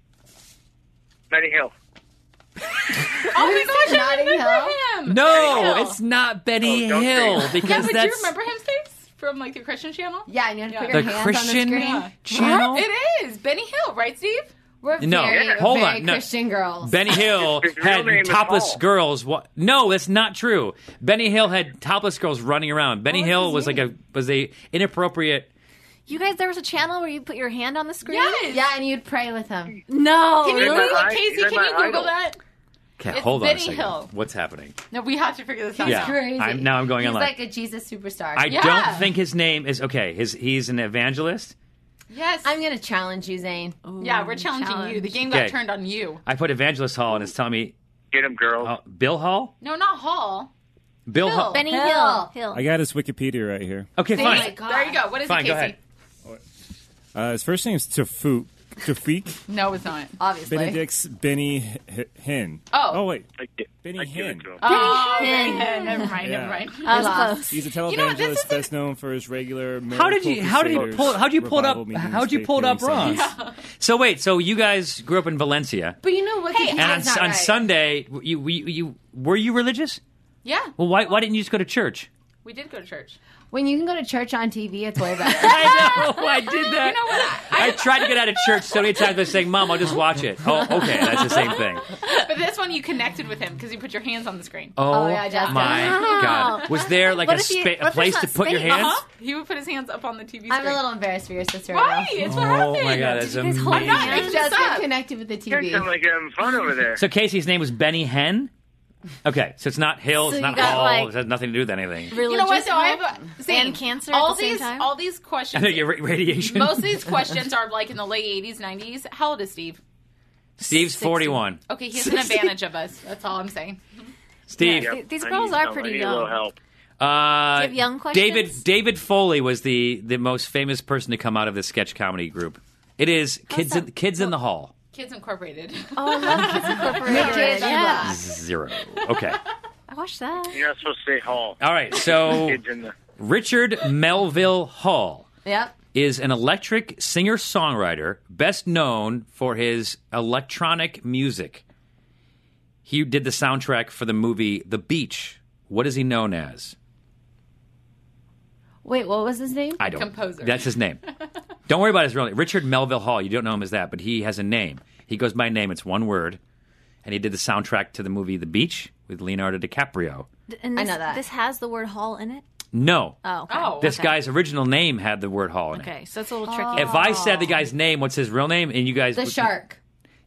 Speaker 7: Benny Hill.
Speaker 4: Oh my
Speaker 5: Is it
Speaker 4: gosh, I
Speaker 5: Notting
Speaker 4: remember
Speaker 5: Hill?
Speaker 4: him.
Speaker 3: No,
Speaker 4: Hill.
Speaker 3: it's not Benny
Speaker 7: Oh, don't
Speaker 3: Hill
Speaker 7: say-
Speaker 4: Yeah,
Speaker 3: because
Speaker 4: but do you
Speaker 3: that's
Speaker 4: remember him, Stace? From like the Christian channel?
Speaker 5: Yeah, and you have to put
Speaker 4: Yeah.
Speaker 5: your
Speaker 3: The
Speaker 5: hands
Speaker 3: Christian-
Speaker 5: on the screen.
Speaker 3: Yeah. channel.
Speaker 4: It is. Benny Hill, right, Steve?
Speaker 5: We're
Speaker 3: No,
Speaker 5: very,
Speaker 3: Yeah. hold
Speaker 5: very
Speaker 3: on, no.
Speaker 5: Christian girls.
Speaker 3: Benny Hill
Speaker 7: His real
Speaker 3: had
Speaker 7: name is
Speaker 3: topless
Speaker 7: Hall.
Speaker 3: girls. Wa- no, that's not true. Benny Hill had topless girls running around. Benny
Speaker 5: What was
Speaker 3: Hill
Speaker 5: his
Speaker 3: was like a was a inappropriate.
Speaker 6: You guys, there was a channel where you put your hand on the screen.
Speaker 4: Yes.
Speaker 5: yeah, and you'd pray with them.
Speaker 6: No.
Speaker 4: Can you
Speaker 7: You're my
Speaker 4: Google
Speaker 7: i-
Speaker 4: Casey?
Speaker 7: you're
Speaker 4: Can
Speaker 7: my
Speaker 4: you Google
Speaker 7: idol.
Speaker 4: that?
Speaker 3: Okay,
Speaker 4: It's
Speaker 3: hold on
Speaker 4: Benny
Speaker 3: a second.
Speaker 4: Hill.
Speaker 3: What's happening?
Speaker 4: No, we have to figure this out.
Speaker 5: He's
Speaker 3: Yeah.
Speaker 5: crazy.
Speaker 3: I'm- now I'm going
Speaker 5: He's
Speaker 3: online.
Speaker 5: like a Jesus superstar.
Speaker 3: I
Speaker 4: Yeah.
Speaker 3: don't think his name is okay. His he's an evangelist.
Speaker 4: Yes.
Speaker 5: I'm gonna challenge you, Zane.
Speaker 4: yeah, we're challenging you. The game got
Speaker 3: Okay.
Speaker 4: turned on you.
Speaker 3: I put evangelist Hall and it's telling me
Speaker 7: Get him, girl.
Speaker 3: uh, Bill Hall.
Speaker 4: No, not Hall.
Speaker 3: Bill
Speaker 4: Hill.
Speaker 3: Hall.
Speaker 6: Benny
Speaker 5: Hill.
Speaker 6: Hill. Hill.
Speaker 8: I got his Wikipedia right here.
Speaker 3: Okay,
Speaker 4: See?
Speaker 3: fine.
Speaker 5: my God.
Speaker 4: There you go. What is
Speaker 3: Fine,
Speaker 4: it,
Speaker 3: go
Speaker 4: Casey?
Speaker 3: ahead.
Speaker 8: Uh, his first name's Tafuk. Tafik
Speaker 4: No, it's not.
Speaker 5: Obviously.
Speaker 8: Benedict's Benny H- Hin.
Speaker 4: Oh.
Speaker 8: oh wait,
Speaker 7: I get,
Speaker 8: Benny
Speaker 7: I give
Speaker 8: Hinn.
Speaker 7: it to him.
Speaker 4: Oh,
Speaker 6: Benny Hill.
Speaker 4: yeah, never mind. Never
Speaker 8: Yeah.
Speaker 4: mind.
Speaker 6: I was
Speaker 5: Lost.
Speaker 6: close.
Speaker 8: he's a
Speaker 4: You know what, this
Speaker 8: televangelist
Speaker 4: isn't-
Speaker 8: best known for his regular.
Speaker 3: How did you
Speaker 8: Miracle
Speaker 3: how did you
Speaker 8: Crusaders
Speaker 3: pull how'd you pull it
Speaker 8: revival
Speaker 3: up
Speaker 8: meetings,
Speaker 3: how'd you pull it up
Speaker 8: faith-healing
Speaker 3: wrong?
Speaker 8: services.
Speaker 3: So wait, so you guys grew up in Valencia,
Speaker 5: But you know what?
Speaker 4: Hey,
Speaker 5: He's
Speaker 3: and on,
Speaker 5: not
Speaker 3: on
Speaker 5: right.
Speaker 3: Sunday you, you you were you religious?
Speaker 4: Yeah,
Speaker 3: Well, why why didn't you just go to church?
Speaker 4: we did go to church.
Speaker 5: when you can go to church on TV, it's way better.
Speaker 3: I know I did
Speaker 4: You
Speaker 3: that.
Speaker 4: know what?
Speaker 3: I, tried to get out of church so many times. I was saying, "Mom, I'll just watch it." Oh, okay, that's the same thing.
Speaker 4: But this one you connected with him because you put your hands on the screen.
Speaker 3: Oh,
Speaker 5: yeah, Justin.
Speaker 3: my
Speaker 6: Wow.
Speaker 3: god! Was there like
Speaker 6: What
Speaker 3: a,
Speaker 6: if you-
Speaker 3: spa-
Speaker 6: what
Speaker 3: a
Speaker 6: if
Speaker 3: place
Speaker 6: there's
Speaker 3: to
Speaker 6: not
Speaker 3: put your
Speaker 6: space?
Speaker 3: hands?
Speaker 4: Huh? Uh-huh. He would put his hands up on the TV screen.
Speaker 5: I'm a little embarrassed for your sister.
Speaker 4: Why?
Speaker 5: Right
Speaker 4: It's what happened.
Speaker 3: Oh my god, that's
Speaker 6: Did you guys
Speaker 3: amazing.
Speaker 6: hold
Speaker 4: not
Speaker 5: now.
Speaker 4: making
Speaker 6: hands?
Speaker 4: this
Speaker 5: Just
Speaker 4: up.
Speaker 5: connected with the
Speaker 7: You guys sound
Speaker 5: TV.
Speaker 7: like you're having fun over there.
Speaker 3: So Casey's name was Benny Hen. Okay, so it's not Hill,
Speaker 6: So
Speaker 3: it's
Speaker 6: you
Speaker 3: not
Speaker 6: got,
Speaker 3: Hall.
Speaker 6: like-
Speaker 3: it has nothing to do with anything.
Speaker 4: You know what?
Speaker 6: Religious
Speaker 4: Though I
Speaker 6: Hill.
Speaker 4: have a, Zane,
Speaker 6: And cancer at
Speaker 4: All
Speaker 6: the same
Speaker 4: these,
Speaker 6: time?
Speaker 4: all these questions.
Speaker 3: I know you get ra- radiation.
Speaker 4: Most of these questions are like in the late 80s, 90s. How old is Steve?
Speaker 3: Steve's forty-one.
Speaker 4: Okay, he's an advantage of us. That's all I'm saying.
Speaker 3: Steve,
Speaker 6: Yeah.
Speaker 7: Yep,
Speaker 6: These
Speaker 7: I
Speaker 6: girls
Speaker 7: need
Speaker 6: are
Speaker 7: help.
Speaker 6: pretty
Speaker 7: I need a little
Speaker 6: young.
Speaker 7: help.
Speaker 3: uh,
Speaker 6: Do you have young
Speaker 3: David
Speaker 6: questions?
Speaker 3: David Foley was the the most famous person to come out of this sketch comedy group. It is kids in,
Speaker 6: that?
Speaker 3: kids in the hall.
Speaker 4: Kids Incorporated.
Speaker 6: Oh, I love Kids Incorporated.
Speaker 5: Kids
Speaker 6: yeah.
Speaker 5: Unlocked.
Speaker 3: Zero. Okay.
Speaker 6: I watched that.
Speaker 7: You're not supposed to say Hall.
Speaker 3: All right. So
Speaker 7: Kids in the.
Speaker 3: Richard Melville Hall
Speaker 5: Yep.
Speaker 3: is an electric singer songwriter best known for his electronic music. He did the soundtrack for the movie The Beach. What is he known as?
Speaker 5: Wait, what was his name?
Speaker 3: I don't.
Speaker 4: Composer.
Speaker 3: That's his name. don't worry about his real name. Richard Melville Hall. You don't know him as that, but he has a name. He goes by name. It's one word. And he did the soundtrack to the movie The Beach with Leonardo DiCaprio.
Speaker 6: D- And
Speaker 5: I
Speaker 6: this,
Speaker 5: know that.
Speaker 6: This has the word hall in it.
Speaker 3: No.
Speaker 6: Oh. okay.
Speaker 4: Oh.
Speaker 3: this guy's original name had the word Hall in it.
Speaker 6: Okay, so it's a little tricky.
Speaker 3: If I said the guy's name, what's his real name? And you guys.
Speaker 5: Oh. The
Speaker 3: would-
Speaker 5: shark.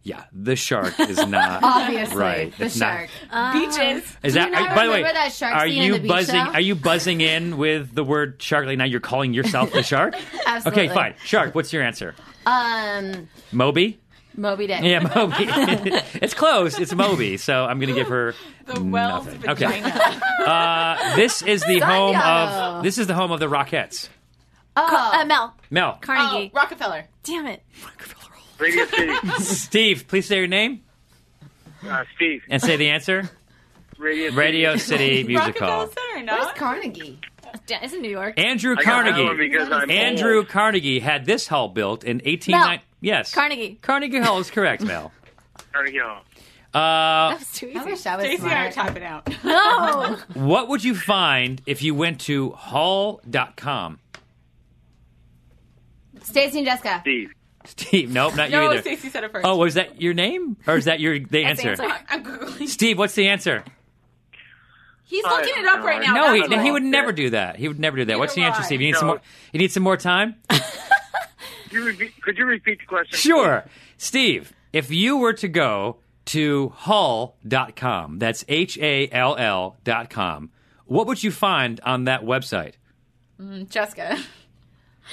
Speaker 3: Yeah, the shark is not.
Speaker 5: Obviously.
Speaker 3: Right,
Speaker 5: The
Speaker 3: it's not-
Speaker 5: shark. Um,
Speaker 4: Beaches.
Speaker 3: Is
Speaker 5: Do
Speaker 3: that
Speaker 5: you not
Speaker 3: I- by the way?
Speaker 5: remember that shark
Speaker 3: are
Speaker 5: scene in
Speaker 3: you
Speaker 5: the beach
Speaker 3: buzzing?
Speaker 5: show?
Speaker 3: Are you buzzing in with the word shark? Like now you're calling yourself the shark?
Speaker 5: Absolutely.
Speaker 3: okay, fine. Shark. What's your answer?
Speaker 5: Um,
Speaker 3: Moby.
Speaker 5: Moby Dick.
Speaker 3: Yeah, Moby. it's close. It's Moby. So I'm gonna give her
Speaker 4: The Wells
Speaker 3: nothing. Okay.
Speaker 4: vagina.
Speaker 3: Uh, this is the home
Speaker 5: Sanyo.
Speaker 3: of this is the home of the Rockettes.
Speaker 5: Oh,
Speaker 6: uh, Mel
Speaker 3: Mel,
Speaker 4: Oh,
Speaker 6: Carnegie.
Speaker 4: Rockefeller.
Speaker 6: Damn it.
Speaker 7: Radio City.
Speaker 3: Steve, please say your name
Speaker 7: Uh, Steve.
Speaker 3: and say the answer.
Speaker 7: Radio City.
Speaker 3: Radio City Music
Speaker 4: Rockefeller
Speaker 3: Hall.
Speaker 4: Center,
Speaker 5: where's
Speaker 4: no?
Speaker 5: Carnegie?
Speaker 6: Da- It's in New York.
Speaker 3: Andrew
Speaker 7: I got that one
Speaker 3: Carnegie.
Speaker 7: because I'm
Speaker 3: Andrew
Speaker 7: old.
Speaker 3: Carnegie had this hall built in 1890.
Speaker 6: Mel.
Speaker 3: Yes.
Speaker 6: Carnegie.
Speaker 3: Carnegie Hall is correct, Mel.
Speaker 7: Carnegie Hall.
Speaker 3: Uh,
Speaker 6: That was too
Speaker 5: I
Speaker 6: easy.
Speaker 5: wish I was
Speaker 4: Casey and I are
Speaker 5: smart.
Speaker 4: typing out.
Speaker 6: No.
Speaker 3: what would you find if you went to hall.com?
Speaker 5: Stacey and Jessica.
Speaker 7: Steve.
Speaker 3: Steve, nope, not you
Speaker 4: No,
Speaker 3: either.
Speaker 4: Stacey said it first.
Speaker 3: Oh, was that your name? Or is that your the
Speaker 6: That's the
Speaker 3: answer?
Speaker 6: answer.
Speaker 4: I'm Googling.
Speaker 3: Steve, what's the answer?
Speaker 4: He's
Speaker 7: I
Speaker 4: looking it
Speaker 7: don't
Speaker 4: up
Speaker 7: know.
Speaker 4: right now.
Speaker 3: No, he,
Speaker 4: That's
Speaker 3: no, he
Speaker 4: all.
Speaker 3: would never do that. He would never do that. What's the
Speaker 4: Neither
Speaker 3: answer,
Speaker 4: would I.
Speaker 3: Steve? You need some
Speaker 7: No.
Speaker 3: more. You need some more time.
Speaker 7: Could you repeat, could you repeat the question?
Speaker 3: Sure, Steve. If you were to go to Hull.com, that's H A L L dot com. What would you find on that website?
Speaker 4: Mm, Jessica.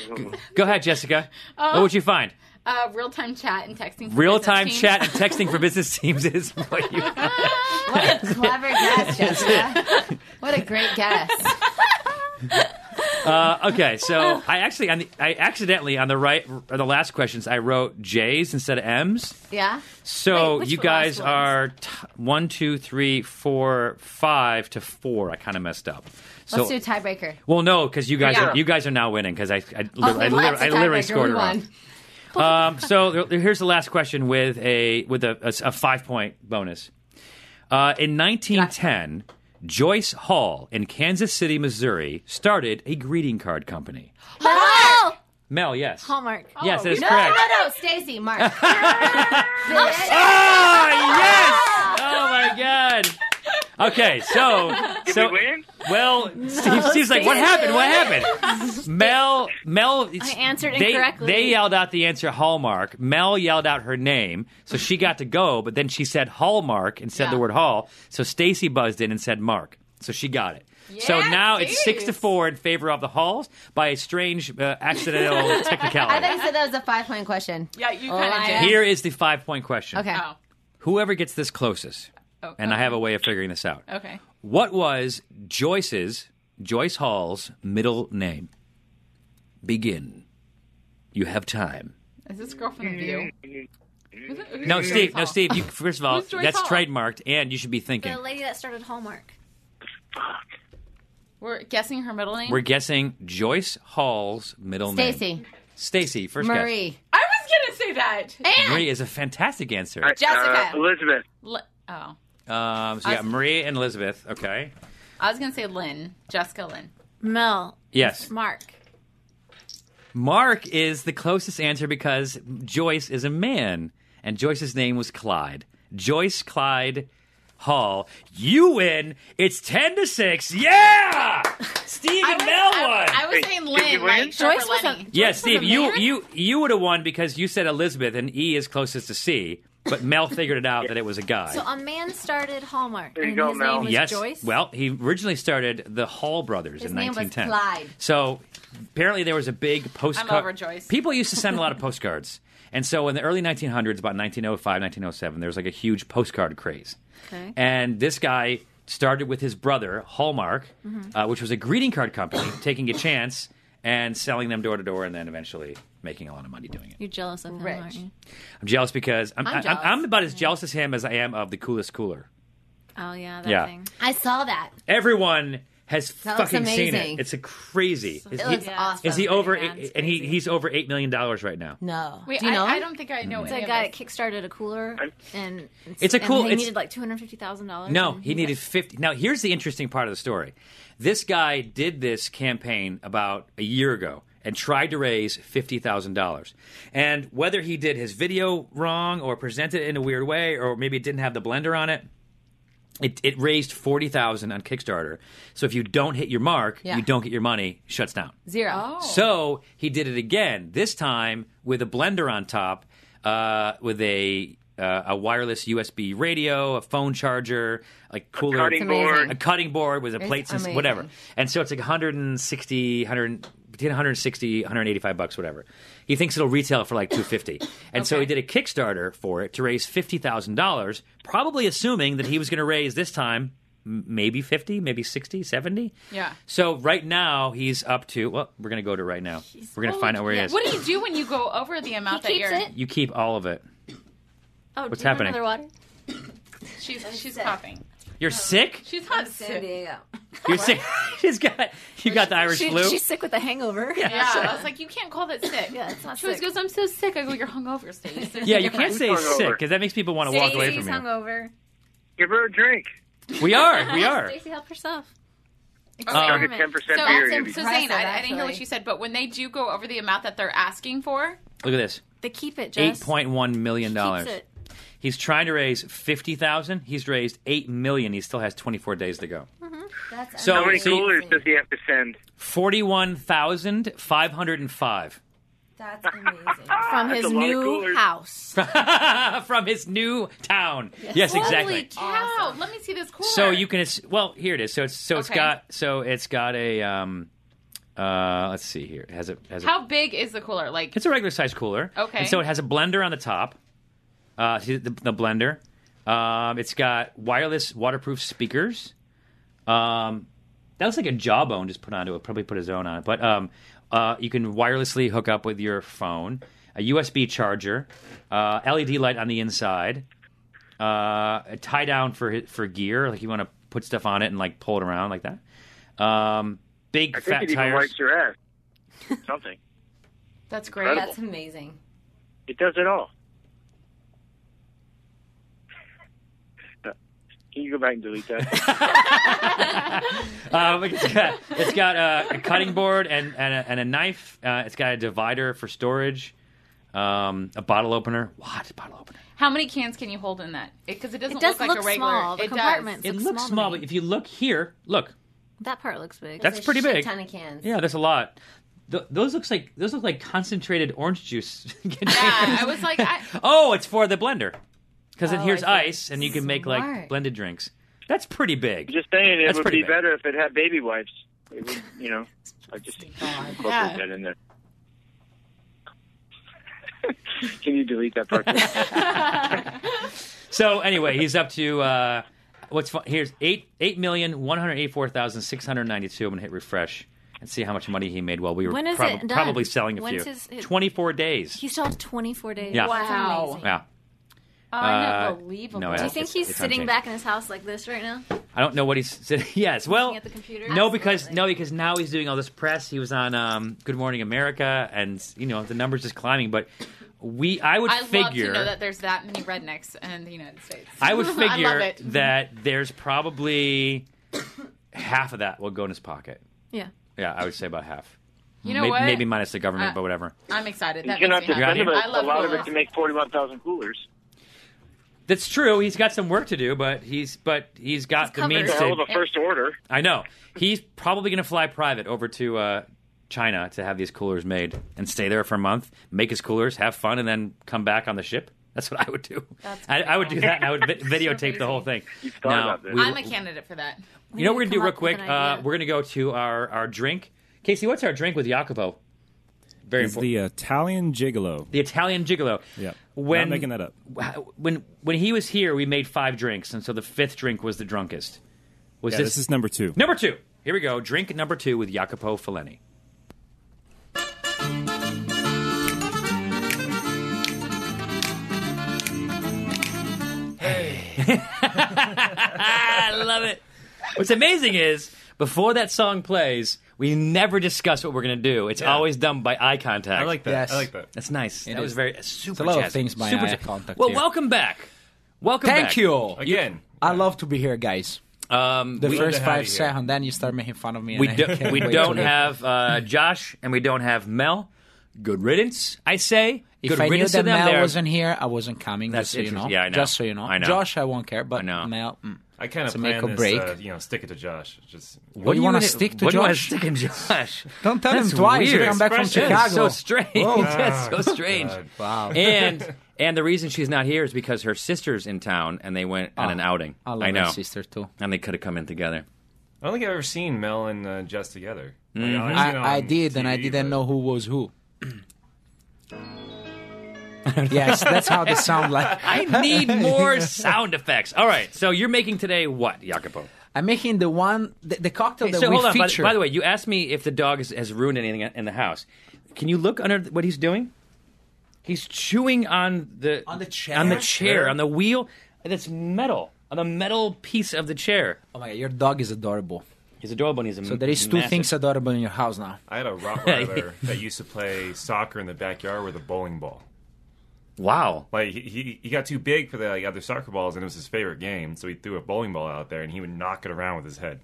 Speaker 3: Go ahead, Jessica. what would you find?
Speaker 4: Uh, real time chat and texting. for
Speaker 3: Real time
Speaker 4: business
Speaker 3: chat and
Speaker 4: teams.
Speaker 3: texting for business teams is what you.
Speaker 5: What a clever guess, Jessica. What a great guess.
Speaker 3: Uh, okay, so I actually on the, I accidentally on the right on the last questions I wrote J's instead of M's.
Speaker 5: Yeah?
Speaker 3: So
Speaker 6: Wait, which
Speaker 3: you
Speaker 6: last
Speaker 3: guys
Speaker 6: ones?
Speaker 3: are t- one, two, three, four, five to four. I kind of messed up. So
Speaker 5: Let's do a tiebreaker. Oh,
Speaker 3: well, no, because you guys
Speaker 4: Yeah.
Speaker 3: are you guys are now winning because I I, li- I,
Speaker 5: Okay,
Speaker 3: li-
Speaker 5: well, that's a
Speaker 3: I literally
Speaker 5: tiebreaker.
Speaker 3: scored
Speaker 5: We
Speaker 3: it
Speaker 5: won.
Speaker 3: wrong. Um, so th- here's the last question with a with a, a s- a five point bonus. Uh, in 1910, Joyce Hall in Kansas City, Missouri, started a greeting card company.
Speaker 6: Hallmark.
Speaker 3: Mel, yes.
Speaker 6: Hallmark.
Speaker 3: Yes, that is
Speaker 5: Oh, No,
Speaker 3: correct.
Speaker 5: no, no, Stacy, Mark. Oh, Did it?
Speaker 3: Ah, yes! Oh my god. Okay, so
Speaker 7: Did
Speaker 3: so
Speaker 7: we win?
Speaker 3: well, Steve, Steve's like, what happened? What happened? Mel, Mel, I
Speaker 6: answered
Speaker 3: they,
Speaker 6: incorrectly.
Speaker 3: They yelled out the answer Hallmark. Mel yelled out her name, so she got to go. But then she said Hallmark and said the
Speaker 4: Yeah.
Speaker 3: word Hall. So Stacy buzzed in and said Mark. So she got it. so
Speaker 4: Yeah,
Speaker 3: now it's six to
Speaker 4: geez.
Speaker 3: four in favor of the Halls by a strange uh, accidental
Speaker 5: I
Speaker 3: technicality.
Speaker 5: thought you said that was a five point question.
Speaker 4: Yeah, you kind of
Speaker 5: Liar.
Speaker 4: did.
Speaker 3: Here is the five point question.
Speaker 5: Okay.
Speaker 4: Oh,
Speaker 3: Whoever gets this closest,
Speaker 4: Oh,
Speaker 3: and I have a way of figuring this out.
Speaker 4: okay.
Speaker 3: What was Joyce's, Joyce Hall's middle name? Begin. You have time.
Speaker 4: Is this girl from The View? Who's it- who's
Speaker 3: No,
Speaker 4: Joyce
Speaker 3: Steve. No,
Speaker 4: Hall?
Speaker 3: Steve. You, first of all,
Speaker 4: Who's Joyce
Speaker 3: that's
Speaker 4: Hall?
Speaker 3: trademarked, and you should be thinking.
Speaker 6: The lady that started Hallmark.
Speaker 4: We're guessing her middle name.
Speaker 3: We're guessing Joyce Hall's middle name.
Speaker 5: Stacy,
Speaker 3: Stacy. First
Speaker 5: Marie,
Speaker 4: I was gonna say that.
Speaker 3: guess.
Speaker 4: And
Speaker 3: Marie is a fantastic answer.
Speaker 7: Uh,
Speaker 5: Jessica.
Speaker 7: Elizabeth.
Speaker 4: Li- oh,
Speaker 3: Um, so yeah, Marie and Elizabeth. Okay.
Speaker 4: I was gonna say Lynn, Jessica Lynn.
Speaker 6: Mel.
Speaker 3: Yes.
Speaker 6: Mark.
Speaker 3: Mark is the closest answer because Joyce is a man, and Joyce's name was Clyde. Joyce Clyde Hall. You win. It's ten to six. Yeah, Steve and Mel won.
Speaker 4: I, I was
Speaker 7: Wait,
Speaker 4: saying
Speaker 7: did you
Speaker 4: Lynn,
Speaker 7: win?
Speaker 4: like
Speaker 6: Joyce
Speaker 4: Joyce
Speaker 6: was
Speaker 4: Lenny.
Speaker 6: a-
Speaker 3: yeah,
Speaker 6: Joyce was
Speaker 3: Steve,
Speaker 6: a
Speaker 3: you
Speaker 6: man?
Speaker 3: you you would have won because you said Elizabeth and E is closest to C, but Mel figured it out that it was a guy.
Speaker 6: So a man started Hallmark.
Speaker 7: There you
Speaker 6: and
Speaker 7: go,
Speaker 6: his
Speaker 7: Mel.
Speaker 6: name was
Speaker 3: yes.
Speaker 6: Joyce.
Speaker 3: Well, he originally started the Hall brothers
Speaker 5: His
Speaker 3: in
Speaker 5: name was
Speaker 3: 1910.
Speaker 5: Clyde.
Speaker 3: So apparently there was a big postcard.
Speaker 4: over Joyce.
Speaker 3: People used to send a lot of postcards. And so in the early 1900s, about 1905, 1907, there was like a huge postcard craze.
Speaker 6: Okay.
Speaker 3: And this guy started with his brother, Hallmark, uh, which was a greeting card company, taking a chance and selling them door to door and then eventually making a lot of money doing it.
Speaker 6: You're jealous of him,
Speaker 5: Rich.
Speaker 6: aren't you?
Speaker 3: I'm jealous because I'm,
Speaker 5: I'm
Speaker 3: I'm,
Speaker 5: jealous.
Speaker 3: I'm about as jealous as him as I am of the coolest cooler.
Speaker 6: Oh yeah, that
Speaker 3: Yeah.
Speaker 6: thing.
Speaker 5: I saw that.
Speaker 3: Everyone has
Speaker 5: That looks
Speaker 3: fucking seen it.
Speaker 5: amazing.
Speaker 3: It's a crazy. is
Speaker 5: It
Speaker 3: he,
Speaker 5: looks awesome.
Speaker 3: is he
Speaker 6: pretty
Speaker 3: over?
Speaker 6: bad. It's
Speaker 3: and he,
Speaker 6: crazy.
Speaker 3: he's over eight million dollars right now.
Speaker 5: No.
Speaker 4: Wait,
Speaker 5: Do you know?
Speaker 4: I, I
Speaker 5: him?
Speaker 4: don't think I know.
Speaker 6: That
Speaker 4: any
Speaker 6: guy that
Speaker 4: of this.
Speaker 6: kickstarted a cooler and
Speaker 3: It's a
Speaker 6: and
Speaker 3: cool-
Speaker 6: He
Speaker 3: it's-
Speaker 6: needed like two hundred fifty thousand dollars.
Speaker 3: No, he needed fifty. Now here's the interesting part of the story. This guy did this campaign about a year ago and tried to raise fifty thousand dollars. And whether he did his video wrong or presented it in a weird way, or maybe it didn't have the blender on it. It, it raised forty thousand on Kickstarter, so if you don't hit your mark,
Speaker 5: Yeah.
Speaker 3: you don't get your money. Shuts down.
Speaker 5: Zero.
Speaker 4: Oh.
Speaker 3: So he did it again. This time with a blender on top, uh, with a uh, a wireless USB radio, a phone charger, like cooler,
Speaker 7: Cutting
Speaker 5: amazing.
Speaker 7: board.
Speaker 3: a cutting board with a plates and s-
Speaker 5: amazing.
Speaker 3: whatever. And so it's like 160, 100, between 160, 185 bucks, whatever. He thinks it'll retail for like 250. And so he did a Kickstarter for it to raise $50,000, probably assuming that he was going to raise this time m- maybe 50, maybe 60, 70.
Speaker 4: Yeah.
Speaker 3: So right now he's up to, well, we're going to go to right now. we're going to find out where he is.
Speaker 4: What do you do when you go over the amount that
Speaker 6: He keeps
Speaker 4: you're?
Speaker 6: it.
Speaker 3: you keep all of it.
Speaker 6: Oh,
Speaker 3: What's
Speaker 6: do you want
Speaker 3: happening?
Speaker 6: Another water?
Speaker 4: She's she's coughing.
Speaker 3: You're sick?
Speaker 4: She's hot. sick.
Speaker 5: Diego.
Speaker 3: You're sick. She's got you got the Irish
Speaker 6: She-
Speaker 3: flu.
Speaker 6: She's sick with a hangover.
Speaker 4: Yeah, I was like, you can't call that sick.
Speaker 6: Yeah, it's not
Speaker 4: She always
Speaker 6: sick.
Speaker 4: goes, I'm so sick. I go, you're hungover, Stacey.
Speaker 3: Yeah, you can't say
Speaker 7: Hungover.
Speaker 3: sick because that makes people want to walk away
Speaker 6: Stacey's
Speaker 3: from you.
Speaker 6: hungover.
Speaker 7: Give her a drink.
Speaker 3: We are. We are.
Speaker 6: Stacey, help herself.
Speaker 7: I'll get
Speaker 6: Um,
Speaker 7: 10%
Speaker 4: So,
Speaker 7: beer.
Speaker 5: that's
Speaker 7: you'll
Speaker 5: him.
Speaker 7: be-
Speaker 4: so Zane, I, I didn't hear
Speaker 5: actually.
Speaker 4: what she said, but when they do go over the amount that they're asking for,
Speaker 3: Look at this.
Speaker 6: They keep it.
Speaker 3: Eight
Speaker 6: Jess.
Speaker 3: point one million dollars.
Speaker 6: Keeps it.
Speaker 3: He's trying to raise fifty thousand. He's raised eight million. He still has twenty four days to go.
Speaker 4: Mm-hmm.
Speaker 5: That's
Speaker 3: So-
Speaker 7: How many
Speaker 3: so you-
Speaker 7: coolers does he have to send?
Speaker 3: Forty one thousand five hundred and five
Speaker 5: That's amazing.
Speaker 6: from
Speaker 7: Ah, That's
Speaker 6: his
Speaker 7: a lot of
Speaker 6: new
Speaker 7: coolers.
Speaker 6: house.
Speaker 3: from his new town. Yes, exactly.
Speaker 4: holy cow! Let me see this cooler.
Speaker 3: so you can. ass- Well, here it is. So it's so it's
Speaker 4: Okay.
Speaker 3: got so it's got a um uh let's see here it has a has a
Speaker 4: How big is the cooler? Like,
Speaker 3: It's a regular size cooler.
Speaker 4: Okay.
Speaker 3: And so it has a blender on the top. Uh, see the, the blender. Um, it's got wireless waterproof speakers. Um, that looks like a jawbone just put onto it. Probably put his own on it. But um, uh, you can wirelessly hook up with your phone, a USB charger, uh, LED light on the inside, uh, a tie down for hi- for gear. Like you want to put stuff on it and like pull it around like that. Um, big
Speaker 7: I
Speaker 3: fat
Speaker 7: think it even
Speaker 3: tires.
Speaker 7: wipes your ass. Something.
Speaker 4: that's great.
Speaker 5: That's
Speaker 3: Oh.
Speaker 5: amazing.
Speaker 7: It does it all. Uh, Can you go back and delete that?
Speaker 3: Um, it's got, it's got a, a cutting board and, and, a, and a knife. Uh, it's got a divider for storage, um, a bottle opener. What? Bottle opener.
Speaker 4: How many cans can you hold in that? Because it, doesn't
Speaker 6: It does
Speaker 4: look like
Speaker 6: look
Speaker 4: a regular.
Speaker 6: small. The
Speaker 4: it
Speaker 6: compartments.
Speaker 3: It
Speaker 6: It's
Speaker 3: looks
Speaker 6: small to
Speaker 3: small,
Speaker 6: me.
Speaker 3: but if you look here, look.
Speaker 6: That part looks big.
Speaker 3: That's
Speaker 5: a
Speaker 3: pretty
Speaker 5: shit
Speaker 3: big.
Speaker 5: Ton of cans.
Speaker 3: Yeah, there's a lot. Th- those looks like those look like concentrated orange juice. containers.
Speaker 4: does. Yeah, I was like, I,
Speaker 3: Oh, it's for the blender. Because then
Speaker 5: Oh,
Speaker 3: here's
Speaker 5: I see.
Speaker 3: ice, and you can make like
Speaker 5: Smart.
Speaker 3: blended drinks. That's pretty big.
Speaker 7: just saying, it
Speaker 3: That's
Speaker 7: would
Speaker 3: pretty
Speaker 7: be
Speaker 3: bad.
Speaker 7: better if it had baby wipes. It would, you know, I just incorporate
Speaker 4: Yeah.
Speaker 7: that in there. Can you delete that part?
Speaker 3: So anyway, he's up to uh, what's fun, here's eight eight million one hundred eighty four thousand six hundred ninety two. I'm gonna hit refresh and see how much money he made while we were
Speaker 6: When is
Speaker 3: prob-
Speaker 6: it done?
Speaker 3: probably selling a
Speaker 6: When's
Speaker 3: few.
Speaker 6: his- his-
Speaker 3: Twenty four days.
Speaker 6: He's held 24 days.
Speaker 3: Yeah.
Speaker 6: That's
Speaker 4: Wow. Oh,
Speaker 6: amazing.
Speaker 3: yeah. Uh,
Speaker 4: unbelievable.
Speaker 3: no, I
Speaker 6: Do you
Speaker 3: don't-
Speaker 6: think
Speaker 3: It's-
Speaker 6: he's
Speaker 3: it's
Speaker 6: sitting
Speaker 3: unchanged.
Speaker 6: back in his house like this right now?
Speaker 3: I don't know what he's said. yes. Well,
Speaker 6: Looking at the computer?
Speaker 3: no, because no, because now he's doing all this press. He was on um, Good Morning America, and you know the numbers just climbing. But we, I would
Speaker 4: I
Speaker 3: figure
Speaker 4: love to know that there's that many rednecks in the United States.
Speaker 3: I would
Speaker 4: I
Speaker 3: figure
Speaker 4: love it.
Speaker 3: that there's probably half of that will go in his pocket.
Speaker 6: Yeah.
Speaker 3: Yeah, I would say about half.
Speaker 4: You know
Speaker 3: maybe,
Speaker 4: what?
Speaker 3: maybe minus the government,
Speaker 4: Uh,
Speaker 3: but whatever.
Speaker 4: I'm excited.
Speaker 7: He's
Speaker 4: That
Speaker 7: gonna have
Speaker 4: makes
Speaker 7: to
Speaker 4: me happy.
Speaker 7: spend a,
Speaker 3: You
Speaker 4: I
Speaker 7: a
Speaker 4: love
Speaker 7: lot of it
Speaker 4: coolers.
Speaker 7: to make forty-one thousand coolers.
Speaker 3: That's true. He's got some work to do, but he's but he's got the
Speaker 6: covered.
Speaker 3: means
Speaker 7: It's a hell of a
Speaker 3: to.
Speaker 7: first order.
Speaker 3: I know. He's probably going to fly private over to uh, China to have these coolers made and stay there for a month, make his coolers, have fun, and then come back on the ship. That's what I would do.
Speaker 4: That's
Speaker 3: I, I would do that, and I would vi- videotape
Speaker 4: crazy.
Speaker 3: the whole thing.
Speaker 7: You've thought
Speaker 3: Now,
Speaker 7: about this.
Speaker 3: we-
Speaker 4: I'm a candidate for that.
Speaker 3: You know what we're
Speaker 6: We
Speaker 3: gonna
Speaker 6: need to
Speaker 3: do
Speaker 6: come
Speaker 3: real
Speaker 6: up
Speaker 3: quick?
Speaker 6: with an
Speaker 3: Uh,
Speaker 6: idea.
Speaker 3: we're gonna go to our our drink. Casey, what's our drink with Jacopo? Very
Speaker 8: It's
Speaker 3: important.
Speaker 8: the Italian Gigolo.
Speaker 3: The, Italian gigolo.
Speaker 8: Yep.
Speaker 3: When
Speaker 8: Not making that up.
Speaker 3: When when he was here, we made five drinks, and so the fifth drink was the drunkest. Was
Speaker 8: Yeah,
Speaker 3: this,
Speaker 8: this is number two.
Speaker 3: number two? Here we go. Drink number two with Jacopo Fellini. I love it. What's amazing is before that song plays, we never discuss what we're gonna do. It's always done by eye contact.
Speaker 9: I like that.
Speaker 10: Yes.
Speaker 9: I like that.
Speaker 3: That's nice. that
Speaker 10: is.
Speaker 3: was very super.
Speaker 10: It's a lot of
Speaker 3: jazz.
Speaker 10: things by
Speaker 3: super
Speaker 10: eye
Speaker 3: jazz.
Speaker 10: contact
Speaker 3: Well,
Speaker 10: here.
Speaker 3: welcome back. Welcome.
Speaker 10: Thank
Speaker 3: back.
Speaker 10: you.
Speaker 9: Again.
Speaker 10: I love to be here, guys.
Speaker 3: Um,
Speaker 10: The
Speaker 3: we
Speaker 10: first
Speaker 9: to have
Speaker 10: five
Speaker 9: you here.
Speaker 10: seconds, then you start making fun of me.
Speaker 3: we,
Speaker 10: and I
Speaker 3: do,
Speaker 10: can't
Speaker 3: we
Speaker 10: wait
Speaker 3: don't
Speaker 10: to-
Speaker 3: have uh, Josh and we don't have Mel. Good riddance, I say.
Speaker 10: If
Speaker 3: Good
Speaker 10: I knew
Speaker 3: riddance
Speaker 10: that
Speaker 3: to them.
Speaker 10: Mel
Speaker 3: They're-
Speaker 10: wasn't here, I wasn't coming. just
Speaker 3: That's
Speaker 10: so you know.
Speaker 3: interesting. Yeah, I know.
Speaker 10: Just so you know.
Speaker 3: I know.
Speaker 10: Josh, I won't care, but
Speaker 3: I know.
Speaker 10: Mel. mm.
Speaker 9: I kind of
Speaker 10: So make
Speaker 9: plan
Speaker 10: a
Speaker 9: this,
Speaker 10: break.
Speaker 9: uh, you know, stick it to Josh. Just
Speaker 10: What do you want to
Speaker 3: gonna-
Speaker 10: stick to
Speaker 3: what
Speaker 10: Josh?
Speaker 3: do you want to stick in Josh?
Speaker 10: Don't tell
Speaker 3: That's
Speaker 10: him twice.
Speaker 3: Weird.
Speaker 10: You come back from
Speaker 9: Expression.
Speaker 3: That's so
Speaker 10: Chicago.
Speaker 3: strange.
Speaker 10: Whoa.
Speaker 3: That's so strange.
Speaker 9: God.
Speaker 10: Wow.
Speaker 3: And and the reason she's not here is because her sister's in town and they went on
Speaker 10: Oh,
Speaker 3: an outing.
Speaker 10: I love
Speaker 3: I know.
Speaker 10: my sister too.
Speaker 3: And they could have come in together.
Speaker 9: I don't think I've ever seen Mel and uh, Jess together. Like,
Speaker 3: Mm-hmm.
Speaker 9: um, I've seen it
Speaker 10: I, I
Speaker 9: on
Speaker 10: did, and I
Speaker 9: TV,
Speaker 10: didn't
Speaker 9: but-
Speaker 10: know who was who. yes, that's how they sound like.
Speaker 3: I need more sound effects. All right. So you're making today what, Jacopo?
Speaker 10: I'm making the one, the, the cocktail
Speaker 3: Okay,
Speaker 10: that
Speaker 3: so
Speaker 10: we
Speaker 3: hold on. By, the-
Speaker 10: feature.
Speaker 3: by the way, you asked me if the dog is, has ruined anything in the house. Can you look under th- what he's doing? He's chewing on the
Speaker 10: On the chair?
Speaker 3: on the chair, on the wheel. That's metal on the metal piece of the chair.
Speaker 10: oh my god, your dog is adorable.
Speaker 3: He's adorable. And he's
Speaker 10: So there is two things adorable in your house now.
Speaker 9: I had a Rottweiler that used to play soccer in the backyard with a bowling ball.
Speaker 3: Wow.
Speaker 9: Like he- he, he got too big for the like, other soccer balls, and it was his favorite game. So he threw a bowling ball out there, and he would knock it around with his head.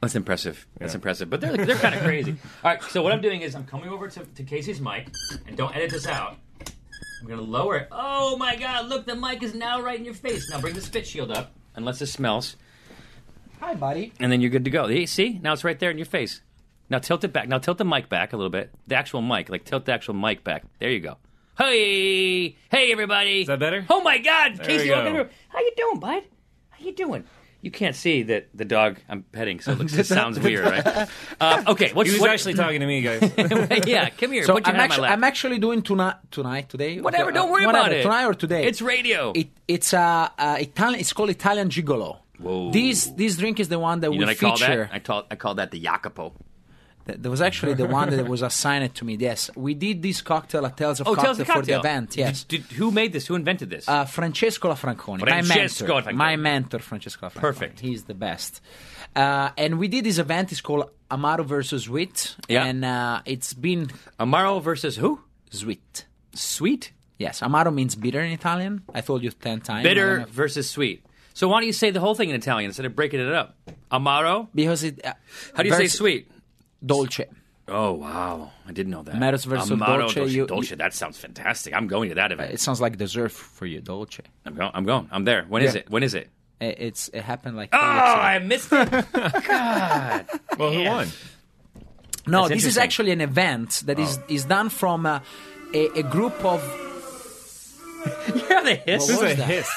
Speaker 3: That's impressive. That's
Speaker 9: Yeah.
Speaker 3: impressive. But they're they're kind of crazy. All right. So what I'm doing is I'm coming over to, to Casey's mic, and don't edit this out. I'm gonna lower it. Oh my God! Look, the mic is now right in your face. Now bring the spit shield up, unless it smells,
Speaker 10: Hi, buddy.
Speaker 3: and then you're good to go. You See? Now it's right there in your face. Now tilt it back. Now tilt the mic back a little bit. The actual mic, like tilt the actual mic back. There you go. Hey, hey, everybody. Is
Speaker 9: that better?
Speaker 3: Oh my God,
Speaker 9: There
Speaker 3: Casey,
Speaker 9: we go.
Speaker 3: welcome to- how you doing, bud? How you doing? You can't see that the dog I'm petting, so it looks, it sounds weird, right? Uh, okay, what's
Speaker 9: He was
Speaker 3: what,
Speaker 9: actually talking to me, guys.
Speaker 3: yeah, come here.
Speaker 10: So
Speaker 3: put your
Speaker 10: I'm
Speaker 3: hand on
Speaker 10: actually,
Speaker 3: my lap.
Speaker 10: I'm actually doing tonight, tonight, today.
Speaker 3: Whatever,
Speaker 10: uh,
Speaker 3: don't worry
Speaker 10: whatever,
Speaker 3: about it.
Speaker 10: Tonight or today.
Speaker 3: It's radio.
Speaker 10: It, it's uh, uh, Italian. It's called Italian Gigolo.
Speaker 3: Whoa.
Speaker 10: This this drink is the one that
Speaker 3: you know
Speaker 10: we
Speaker 3: what I call
Speaker 10: feature.
Speaker 3: that? I call I call that the Jacopo.
Speaker 10: Th- That was actually the one that was assigned to me. Yes, we did this cocktail at Tales of
Speaker 3: Oh, tell
Speaker 10: cocktail,
Speaker 3: us the
Speaker 10: for the
Speaker 3: cocktail.
Speaker 10: event. Yes,
Speaker 3: Did- did- who made this? Who invented this?
Speaker 10: uh, Francesco Lafranconi,
Speaker 3: Francesco
Speaker 10: my mentor,
Speaker 3: Lafranconi.
Speaker 10: my mentor, Francesco Lafranconi.
Speaker 3: Perfect.
Speaker 10: he's the best. Uh, and we did this event. It's called Amaro versus Wit,
Speaker 3: Yeah.
Speaker 10: and uh, it's been
Speaker 3: Amaro versus who?
Speaker 10: sweet.
Speaker 3: Sweet,
Speaker 10: Yes, Amaro means bitter in Italian. I told you ten times. I don't
Speaker 3: bitter
Speaker 10: know if-
Speaker 3: versus sweet. So why don't you say the whole thing in Italian instead of breaking it up? Amaro.
Speaker 10: because it. Uh,
Speaker 3: How do you say
Speaker 10: vers-
Speaker 3: sweet?
Speaker 10: Dolce.
Speaker 3: Oh wow, I didn't know that.
Speaker 10: Maros verso
Speaker 3: Amaro
Speaker 10: dolce,
Speaker 3: Dolce,
Speaker 10: you-
Speaker 3: Dolce, That sounds fantastic. I'm going to that event.
Speaker 10: It sounds like dessert for you, Dolce.
Speaker 3: I'm going. I'm going. I'm there. When is
Speaker 10: Yeah.
Speaker 3: it? When is it?
Speaker 10: I- It's it happened like.
Speaker 3: Oh, I missed it.
Speaker 9: Well, who won?
Speaker 10: No, this
Speaker 3: That's
Speaker 10: is
Speaker 3: interesting. Oh.
Speaker 10: actually an event that is is done from uh, a, a group of.
Speaker 3: Yeah, they hiss.
Speaker 10: What
Speaker 9: This is
Speaker 10: was
Speaker 9: a
Speaker 10: that?
Speaker 9: hiss.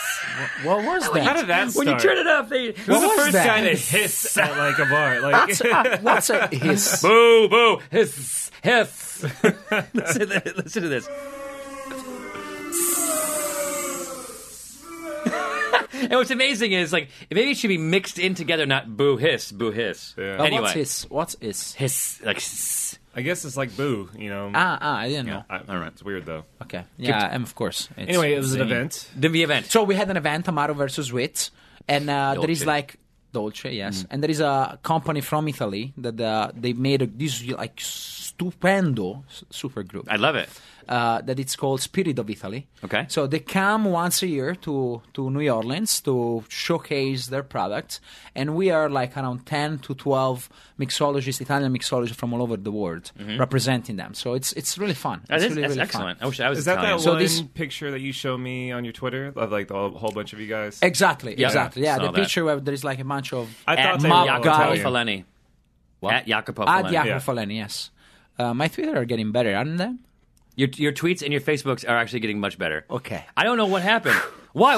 Speaker 10: What was
Speaker 9: How
Speaker 10: that?
Speaker 9: did that
Speaker 3: When
Speaker 9: start?
Speaker 3: you turn it up, they.
Speaker 9: Who's the
Speaker 10: What was
Speaker 9: first
Speaker 10: that?
Speaker 9: guy to hiss at like a bar? Like
Speaker 10: What's a hiss?
Speaker 3: Boo, boo, hiss, hiss. listen, to, th- listen to this. and what's amazing is like maybe it should be mixed in together, not boo hiss, boo hiss.
Speaker 9: Yeah.
Speaker 10: Uh,
Speaker 3: Anyway,
Speaker 10: What's hiss? What's hiss?
Speaker 3: hiss like. hiss.
Speaker 9: I guess it's like boo, you know.
Speaker 10: Ah, ah, I didn't know.
Speaker 9: I, all right, it's weird though.
Speaker 10: Okay, yeah, um, of course. It's-
Speaker 9: Anyway, it was an
Speaker 10: it's a-
Speaker 9: event.
Speaker 3: Then the event.
Speaker 10: So we had an event, Amaro versus Wit, and uh, there is
Speaker 3: Dolce. Mm.
Speaker 10: like Dolce, yes, and there is a company from Italy that uh, they made a, this like stupendo s- super group.
Speaker 3: I love it.
Speaker 10: uh, that it's called Spirit of Italy.
Speaker 3: Okay.
Speaker 10: So they come once a year to, to New Orleans to showcase their products. And we are like around 10 to 12 mixologists, Italian mixologists from all over the world representing them. So it's it's really fun.
Speaker 3: Mm-hmm. That
Speaker 10: it's
Speaker 3: is-
Speaker 10: really,
Speaker 3: that's
Speaker 10: really
Speaker 3: excellent.
Speaker 10: fun.
Speaker 3: I wish I was
Speaker 9: Is that
Speaker 3: Italian.
Speaker 9: that
Speaker 10: So
Speaker 9: one
Speaker 10: this-
Speaker 9: picture that you showed me on your Twitter of like the whole, whole bunch of you guys?
Speaker 10: Exactly,
Speaker 3: Yeah.
Speaker 10: exactly. Yeah,
Speaker 3: Saw
Speaker 10: the
Speaker 3: that.
Speaker 10: picture where there is like a bunch of.
Speaker 9: I thought
Speaker 3: At
Speaker 9: they were all
Speaker 10: Maga-
Speaker 9: Italian.
Speaker 3: Jacopo Faleni. At Jacopo
Speaker 10: Ad
Speaker 3: Faleni.
Speaker 10: Jacopo
Speaker 9: Yeah.
Speaker 10: Faleni, yes. Uh, my Twitter are getting better, aren't they?
Speaker 3: Your, your tweets and your Facebooks are actually getting much better.
Speaker 10: Okay.
Speaker 3: I don't know what happened. Why?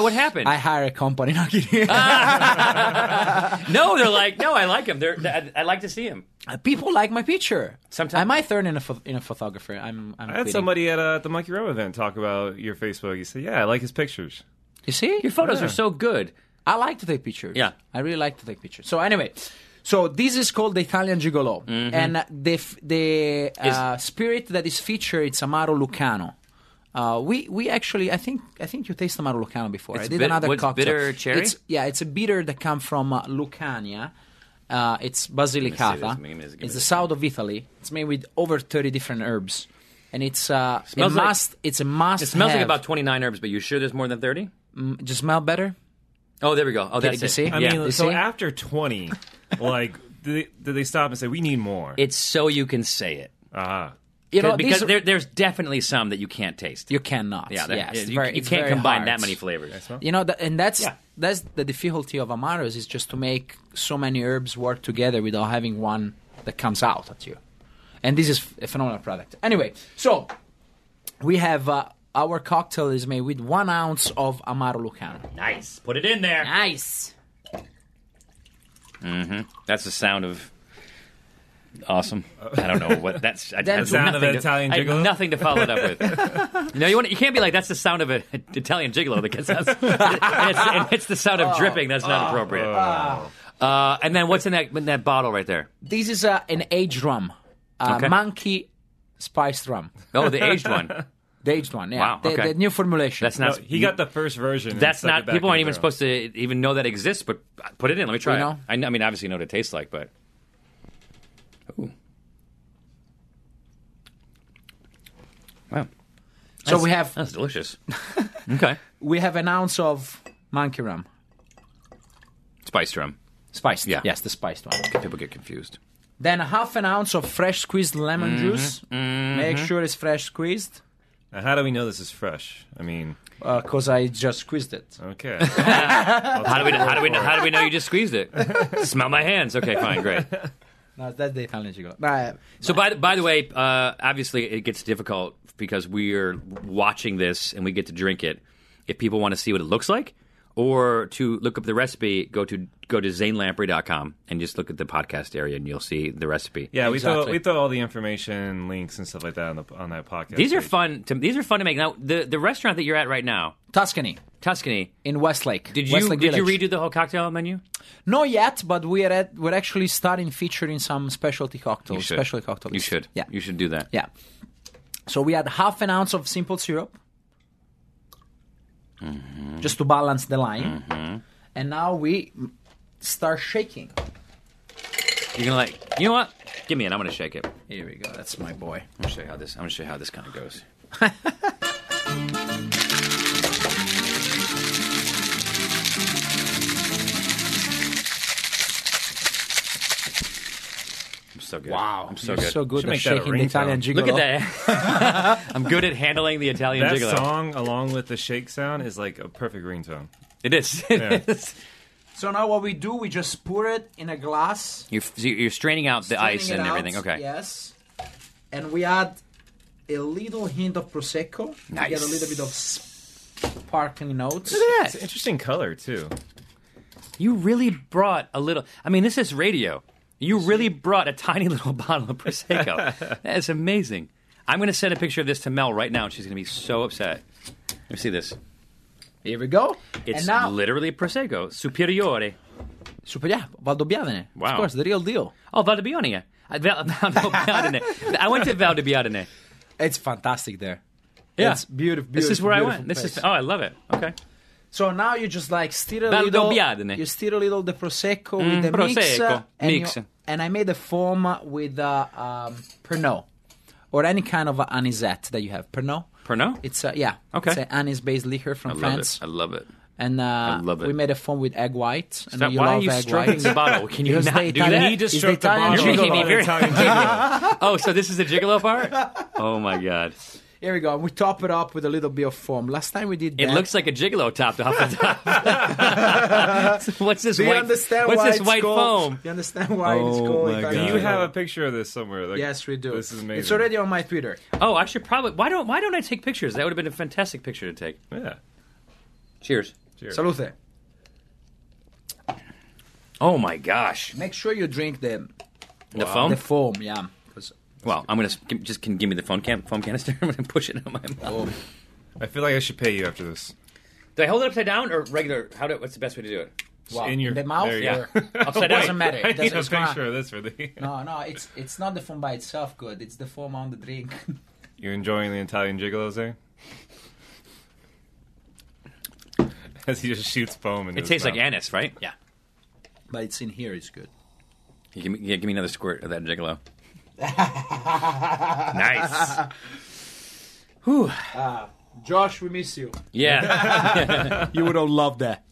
Speaker 3: What happened?
Speaker 10: I hire a company, not kidding.
Speaker 3: no, they're like, no, I like him. They're, I, I like to see him.
Speaker 10: People like my picture.
Speaker 3: Sometimes-
Speaker 10: I might turn in a, pho- in a photographer. I'm. I'm
Speaker 9: I had
Speaker 10: quitting.
Speaker 9: somebody at uh, the Monkey Row event talk about your Facebook. He said, "Yeah, I like his pictures."
Speaker 10: You see,
Speaker 3: Your photos are so good.
Speaker 10: I like to take pictures.
Speaker 3: Yeah.
Speaker 10: I really like to take pictures. So anyway, so this is called the Italian Gigolo,
Speaker 3: Mm-hmm.
Speaker 10: and the f- the uh, spirit that is featured is Amaro Lucano. Uh, we we actually I think I think you taste Amaro Lucano before. I
Speaker 3: It's
Speaker 10: did
Speaker 3: bit-
Speaker 10: another
Speaker 3: what's
Speaker 10: cocktail.
Speaker 3: bitter cherry?
Speaker 10: It's, yeah, it's a bitter that comes from uh, Lucania. Uh, it's
Speaker 3: this.
Speaker 10: basilicata.
Speaker 3: Give me this. Give me
Speaker 10: It's the
Speaker 3: this.
Speaker 10: south of Italy. It's made with over thirty different herbs, and it's uh, a
Speaker 3: Smells like-
Speaker 10: must. it's a must.
Speaker 3: It smells like
Speaker 10: have. Mm,
Speaker 3: about 29 herbs, but you sure there's more than 30?
Speaker 10: Just smell better.
Speaker 3: Oh, there we go. Oh, that's
Speaker 10: you
Speaker 3: it.
Speaker 10: see?
Speaker 9: I
Speaker 3: yeah.
Speaker 9: mean,
Speaker 10: you
Speaker 9: so
Speaker 10: see?
Speaker 9: after twenty, like, did they, did they stop and say we need more?
Speaker 3: it's so you can say it.
Speaker 9: Ah,
Speaker 10: You know,
Speaker 3: because
Speaker 10: these are-
Speaker 3: there, there's definitely some that you can't taste.
Speaker 10: You cannot.
Speaker 3: yeah, there-
Speaker 10: yes, it's
Speaker 3: you,
Speaker 10: very-
Speaker 3: you
Speaker 10: it's
Speaker 3: can't
Speaker 10: very
Speaker 3: combine
Speaker 10: hard.
Speaker 3: that many flavors.
Speaker 10: You know, that, and that's
Speaker 3: Yeah.
Speaker 10: that's the difficulty of amaros is just to make so many herbs work together without having one that comes out at you. And this is a phenomenal product. Anyway, so we have uh, our cocktail is made with one ounce of amaro lucano.
Speaker 3: Nice. Put it in there.
Speaker 5: Nice.
Speaker 3: Mm-hmm. That's the sound of awesome. I don't know what that's. I, that's
Speaker 9: sound of
Speaker 3: nothing
Speaker 9: an
Speaker 3: to-
Speaker 9: Italian
Speaker 3: I have
Speaker 9: gigolo?
Speaker 3: nothing to follow it up with. you know, you, want, you can't be like that's the sound of an Italian gigolo that gets us. and it's, and it's the sound
Speaker 10: Oh.
Speaker 3: of dripping. That's not appropriate. Uh, and then what's in that in that bottle right there?
Speaker 10: This is uh, an aged rum, uh,
Speaker 3: Okay.
Speaker 10: monkey spiced rum,
Speaker 3: Oh, the aged one.
Speaker 10: the aged one. Yeah,
Speaker 3: Wow,
Speaker 10: the,
Speaker 3: okay.
Speaker 10: the new formulation.
Speaker 3: That's
Speaker 9: no,
Speaker 3: not.
Speaker 9: he got the first version. and
Speaker 3: that's
Speaker 9: stuck it
Speaker 3: not.
Speaker 9: back
Speaker 3: People
Speaker 9: in
Speaker 3: aren't
Speaker 9: the
Speaker 3: even
Speaker 9: barrel.
Speaker 3: supposed to even know that exists. But put it in. Let me try.
Speaker 10: You
Speaker 3: it.
Speaker 10: know?
Speaker 3: I, kn- I mean, obviously, know what it tastes like, but ooh, wow,
Speaker 10: so we have
Speaker 3: that's delicious. okay,
Speaker 10: we have an ounce of monkey rum,
Speaker 3: spice rum.
Speaker 10: spiced.
Speaker 3: Yeah.
Speaker 10: yes, the spiced one.
Speaker 3: People get confused.
Speaker 10: Then half an ounce of fresh squeezed lemon
Speaker 3: Mm-hmm.
Speaker 10: juice. Make sure it's fresh squeezed,
Speaker 9: Now, how do we know this is fresh? I mean,
Speaker 10: because I just squeezed it.
Speaker 9: okay.
Speaker 3: How do we? How do we? How do we know you just squeezed it? Smell my hands. Okay, fine, great.
Speaker 10: No, that's the Italian gigolo. But,
Speaker 3: So by the, by the way, uh, obviously it gets difficult because we are watching this and we get to drink it. If people want to see what it looks like, or to look up the recipe, go to go to zanelamprey.com and just look at the podcast area and you'll see the recipe.
Speaker 9: Yeah, we throw
Speaker 10: Exactly.
Speaker 9: we throw all the information, links, and stuff like that on the on that podcast.
Speaker 3: These are
Speaker 9: page.
Speaker 3: fun. To, these are fun to make. Now the the restaurant that you're at right now,
Speaker 10: Tuscany
Speaker 3: Tuscany.
Speaker 10: in Westlake.
Speaker 3: Did you
Speaker 10: Westlake
Speaker 3: did
Speaker 10: Village.
Speaker 3: you redo the whole cocktail menu?
Speaker 10: No, yet, but we are at, we're actually starting featuring some specialty cocktails. Specialty cocktails.
Speaker 3: You should.
Speaker 10: Yeah.
Speaker 3: You should do that.
Speaker 10: Yeah. So we had half an ounce of simple syrup, Mm-hmm. just to balance the line,
Speaker 3: Mm-hmm.
Speaker 10: and now we start shaking.
Speaker 3: You're gonna like. You know what? Give me it. I'm gonna shake it. I'm
Speaker 10: Here we go. That's my boy.
Speaker 3: gonna show you how this. I'm gonna show you how this kind of goes. so good.
Speaker 10: Wow,
Speaker 3: I'm so
Speaker 10: you're
Speaker 3: good.
Speaker 10: so good
Speaker 9: Should
Speaker 10: at
Speaker 9: make that a
Speaker 10: shaking the Italian
Speaker 9: ringtone.
Speaker 10: jiggle.
Speaker 3: Look at that. I'm good at handling the Italian
Speaker 9: That
Speaker 3: gigolo.
Speaker 9: song, along with the shake sound, is like a perfect ringtone.
Speaker 3: It is. It
Speaker 9: Yeah.
Speaker 3: is.
Speaker 10: So now what we do? We just pour it in a glass,
Speaker 3: You're, so you're straining out the ice
Speaker 10: straining
Speaker 3: and
Speaker 10: it out,
Speaker 3: everything. Okay.
Speaker 10: Yes, and we add a little hint of prosecco. We get a
Speaker 3: Nice.
Speaker 10: little bit of sparkling notes.
Speaker 3: Look at
Speaker 9: It's an
Speaker 3: that.
Speaker 9: interesting color too.
Speaker 3: You really brought a little. I mean, this is radio. You really brought a tiny little bottle of prosecco. that is amazing. I'm going to send a picture of this to Mel right now, and she's going to be so upset. Let me see this.
Speaker 10: Here we go.
Speaker 3: It's
Speaker 10: and now,
Speaker 3: literally prosecco superiore.
Speaker 10: super, yeah, Valdobbiadene.
Speaker 3: Wow.
Speaker 10: of course, the real deal.
Speaker 3: Oh, Valdebbiadene. I, Val, Valdebbiadene. I went to Valdebbiadene.
Speaker 10: It's fantastic there.
Speaker 3: Yeah.
Speaker 10: it's beautiful.
Speaker 3: This is
Speaker 10: beautiful,
Speaker 3: where I
Speaker 10: beautiful
Speaker 3: went. This is.
Speaker 10: place.
Speaker 3: Oh, I love it. Okay.
Speaker 10: So now you just like stir a
Speaker 3: Valdobbiadene.
Speaker 10: little. You stir a little the prosecco
Speaker 3: Mm,
Speaker 10: with the mix,
Speaker 3: prosecco,
Speaker 10: uh, and you-
Speaker 3: mix.
Speaker 10: and I made a foam uh, with uh, um, Pernod or any kind of uh, anisette that you have. Pernod.
Speaker 3: Pernod?
Speaker 10: It's uh, yeah.
Speaker 3: Okay.
Speaker 10: It's an anise-based liquor from
Speaker 3: I love
Speaker 10: France,
Speaker 3: it. I love it.
Speaker 10: and uh,
Speaker 3: love it.
Speaker 10: we made a foam with egg white. And
Speaker 3: Stop-
Speaker 10: you
Speaker 3: why
Speaker 10: love
Speaker 3: are you
Speaker 10: egg
Speaker 3: stroking
Speaker 10: white.
Speaker 3: the bottle? Can you
Speaker 10: Because
Speaker 3: not
Speaker 10: they
Speaker 3: do
Speaker 10: Italian-
Speaker 3: that?
Speaker 10: Need to
Speaker 3: Is the
Speaker 10: stroke the
Speaker 3: Italian
Speaker 10: bottle.
Speaker 3: gigolo
Speaker 10: You're making me
Speaker 3: an
Speaker 10: very-
Speaker 3: Italian gigolo? oh, so this is the gigolo part? Oh my god!
Speaker 10: Here we go. And we top it up with a little bit of foam. Last time we did.
Speaker 3: It
Speaker 10: that.
Speaker 3: looks like a gigolo topped off the top. what's this
Speaker 10: Do you
Speaker 3: white?
Speaker 10: understand
Speaker 3: what's
Speaker 10: why
Speaker 3: this
Speaker 10: it's
Speaker 3: white
Speaker 10: called-
Speaker 3: foam?
Speaker 10: You understand why it's
Speaker 3: Oh
Speaker 10: called?
Speaker 3: my
Speaker 10: Italian
Speaker 9: Do
Speaker 3: God.
Speaker 9: you
Speaker 10: gigolo?
Speaker 9: have a picture of this somewhere? Like,
Speaker 10: Yes, we do.
Speaker 9: This is amazing.
Speaker 10: It's already on my Twitter.
Speaker 3: Oh, I should probably. Why don't Why don't I take pictures? That would have been a fantastic picture to take.
Speaker 9: yeah.
Speaker 3: Cheers.
Speaker 9: Cheers.
Speaker 10: Salute.
Speaker 3: Oh my gosh!
Speaker 10: Make sure you drink the
Speaker 3: The foam.
Speaker 10: the foam. Yeah. 'Cause-
Speaker 3: well, I'm gonna s- gi- just can give me the foam can foam canister. I'm gonna push it in my mouth.
Speaker 9: Oh. I feel like I should pay you after this.
Speaker 3: Do I hold it upside down or regular? How do? What's the best way to do it?
Speaker 10: Wow.
Speaker 9: in your-
Speaker 10: the mouth.
Speaker 9: there you
Speaker 3: Yeah,
Speaker 10: or-
Speaker 3: upside
Speaker 10: Doesn't
Speaker 3: down.
Speaker 10: matter.
Speaker 9: I
Speaker 10: It
Speaker 9: need
Speaker 10: doesn't,
Speaker 9: a
Speaker 10: it's not,
Speaker 9: picture of this for the.
Speaker 10: no, no. It's it's not the foam by itself. Good. It's the foam on the drink.
Speaker 9: You're enjoying the Italian gigolos there. As he just shoots foam into
Speaker 3: It
Speaker 9: his
Speaker 3: tastes like
Speaker 9: mouth.
Speaker 3: anise, right? Yeah.
Speaker 10: but it's in here. It's good.
Speaker 3: You give, me, yeah, give me another squirt of that gigolo. nice.
Speaker 10: Uh, Josh, we miss you.
Speaker 3: Yeah.
Speaker 10: You would have loved that.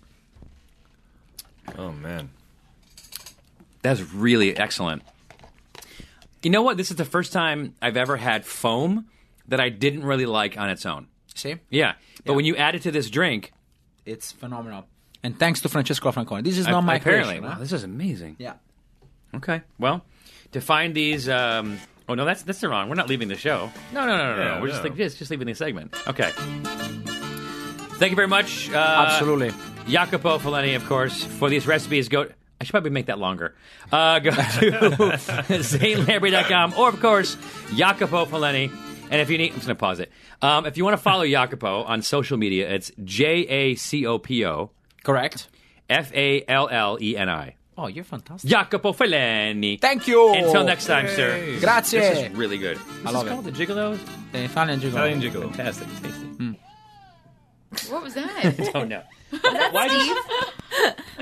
Speaker 9: Oh man.
Speaker 3: That's really excellent. You know what? This is the first time I've ever had foam that I didn't really like on its own.
Speaker 10: See,
Speaker 3: Yeah. But when you add it to this drink,
Speaker 10: it's phenomenal. And thanks to Francesco Franconi. This is not my
Speaker 3: apparently,
Speaker 10: creation,
Speaker 3: wow,
Speaker 10: huh?
Speaker 3: this is amazing.
Speaker 10: Yeah.
Speaker 3: Okay. Well, to find these. Um, oh no, that's that's the wrong. We're not leaving the show. No, no, no, no,
Speaker 9: Yeah,
Speaker 3: no. We're just
Speaker 9: no.
Speaker 3: like just just leaving the segment. Okay. Thank you very much. Uh,
Speaker 10: Absolutely.
Speaker 3: Jacopo Fellini, of course, for these recipes. Go. I should probably make that longer. Uh, go to zanelabry.com or, of course, Jacopo Fellini. And if you need, I'm just going to pause it. Um, if you want to follow Jacopo on social media, it's J A C O P O
Speaker 10: Correct.
Speaker 3: F A L L E N I.
Speaker 10: Oh, you're fantastic.
Speaker 3: Jacopo Fellini.
Speaker 10: Thank you.
Speaker 3: Until next time, sir.
Speaker 10: Grazie.
Speaker 3: This is really good. This
Speaker 10: love
Speaker 3: is
Speaker 10: it.
Speaker 3: called the Gigolos.
Speaker 10: The Italian gigolo.
Speaker 9: Italian gigolo.
Speaker 3: Fantastic, tasty.
Speaker 10: Hmm.
Speaker 4: What was that?
Speaker 3: Oh no. Uh, Why do you?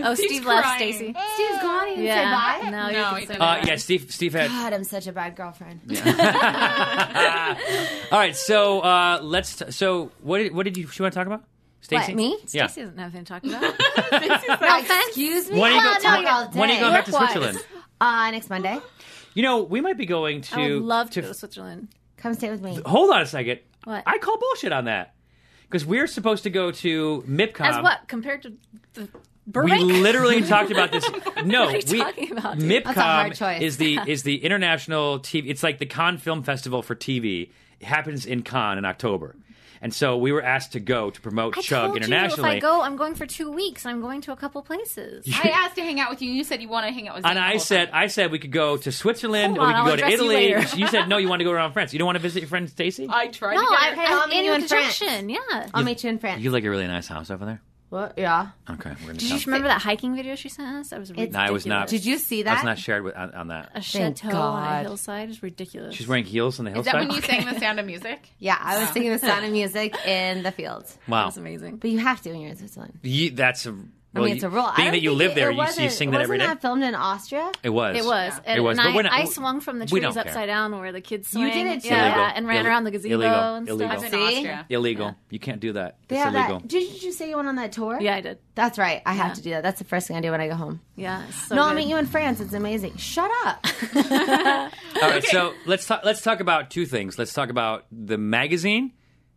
Speaker 6: Oh,
Speaker 4: He's
Speaker 6: Steve left,
Speaker 4: crying.
Speaker 6: Stacy.
Speaker 5: Steve's gone. He didn't
Speaker 6: Yeah.
Speaker 5: say bye.
Speaker 6: No,
Speaker 4: No,
Speaker 6: you
Speaker 4: he
Speaker 6: can say
Speaker 4: didn't.
Speaker 6: bye.
Speaker 3: Uh, yeah, Steve. Steve had.
Speaker 5: God, I'm such a bad girlfriend.
Speaker 3: All right, so uh, let's. T- so what? Did, what did you? She want to talk about? Stacy.
Speaker 5: What, me?
Speaker 3: Yeah.
Speaker 6: Stacy doesn't have anything to talk about.
Speaker 5: No offense. Excuse me.
Speaker 3: When are you
Speaker 5: Well,
Speaker 3: go-
Speaker 5: no, all day.
Speaker 3: When are you going back to
Speaker 6: Work-wise.
Speaker 3: Switzerland?
Speaker 5: Uh, next Monday.
Speaker 3: You know, we might be going to.
Speaker 6: I would love to,
Speaker 3: to-
Speaker 6: go to Switzerland.
Speaker 5: Come stay with me.
Speaker 3: hold on a second.
Speaker 6: What?
Speaker 3: I call bullshit on that because we're supposed to go to MIPCOM.
Speaker 6: As what compared to the
Speaker 3: We
Speaker 6: Burbank?
Speaker 3: literally talked about this. No,
Speaker 6: What are you
Speaker 3: we
Speaker 6: talking about?
Speaker 3: MIPCOM
Speaker 5: That's a hard choice.
Speaker 3: is the is the international TV. It's like the Cannes Film Festival for TV. It happens in Cannes in October, and so we were asked to go to promote
Speaker 6: I
Speaker 3: Chug
Speaker 6: told
Speaker 3: internationally.
Speaker 6: You if I go, I'm going for two weeks. and I'm going to a couple places.
Speaker 4: I asked to hang out with you, and you said you want to hang out with.
Speaker 3: And
Speaker 4: Zane the
Speaker 3: I
Speaker 4: whole
Speaker 3: said,
Speaker 4: time.
Speaker 3: I said we could go to Switzerland
Speaker 6: Hold
Speaker 3: or we
Speaker 6: on,
Speaker 3: could
Speaker 6: I'll
Speaker 3: go to
Speaker 6: address you
Speaker 3: Italy.
Speaker 6: later.
Speaker 3: you said no, you want to go around France. You don't want to visit your friend Stacy.
Speaker 4: I tried.
Speaker 6: no,
Speaker 4: to get
Speaker 6: I,
Speaker 4: her-
Speaker 5: Hey, I'll
Speaker 6: I,
Speaker 5: meet
Speaker 6: in
Speaker 5: you in
Speaker 6: conjunction. Yeah.
Speaker 5: I'll meet you in France.
Speaker 3: You like a really nice house over there.
Speaker 5: what? Yeah.
Speaker 3: Okay, we're gonna.
Speaker 6: Did you remember that hiking video she sent us? That was ridiculous.
Speaker 5: No,
Speaker 3: I was not.
Speaker 5: Did you see
Speaker 3: That's
Speaker 5: that?
Speaker 3: not shared with, on, on that.
Speaker 6: a chateau on a
Speaker 5: God.
Speaker 6: hillside is ridiculous.
Speaker 3: She's wearing heels on the
Speaker 4: Is
Speaker 3: hillside.
Speaker 4: that when you sang the sound of music?
Speaker 5: yeah, I was singing the sound of music in the fields.
Speaker 3: Wow,
Speaker 6: That's amazing.
Speaker 5: But you have to when you're in Switzerland.
Speaker 3: Ye- that's a Well,
Speaker 5: I mean, it's a rule. I
Speaker 3: Being
Speaker 5: don't
Speaker 3: that you
Speaker 5: think
Speaker 3: live
Speaker 5: it-
Speaker 3: there,
Speaker 5: it
Speaker 3: you, you
Speaker 5: wasn't-
Speaker 3: sing that every
Speaker 5: wasn't
Speaker 3: day.
Speaker 5: that filmed in Austria?
Speaker 3: It was.
Speaker 6: It was.
Speaker 3: It
Speaker 6: And,
Speaker 3: was.
Speaker 6: and
Speaker 3: but we're not-
Speaker 6: I, I swung from the
Speaker 3: we
Speaker 6: trees
Speaker 3: don't care.
Speaker 6: upside down where the kids
Speaker 5: You
Speaker 6: swing.
Speaker 5: did it too.
Speaker 6: Yeah,
Speaker 3: Illegal.
Speaker 6: and ran
Speaker 3: Ill-
Speaker 6: around the gazebo
Speaker 3: illegal.
Speaker 6: and stuff.
Speaker 3: Illegal.
Speaker 4: I've been in
Speaker 5: See?
Speaker 4: Austria.
Speaker 3: Illegal. You can't do that.
Speaker 5: They
Speaker 3: it's
Speaker 5: have
Speaker 3: illegal.
Speaker 5: that. Did you just say you went on that tour?
Speaker 6: Yeah, I did.
Speaker 5: That's right. I have
Speaker 6: Yeah.
Speaker 5: to do that. That's the first thing I do when I go home.
Speaker 6: Yeah. it's So
Speaker 5: no, I'll
Speaker 6: good.
Speaker 5: meet you in France. It's amazing. Shut up.
Speaker 3: All right, so let's talk. Let's talk about two things. Let's talk about the magazine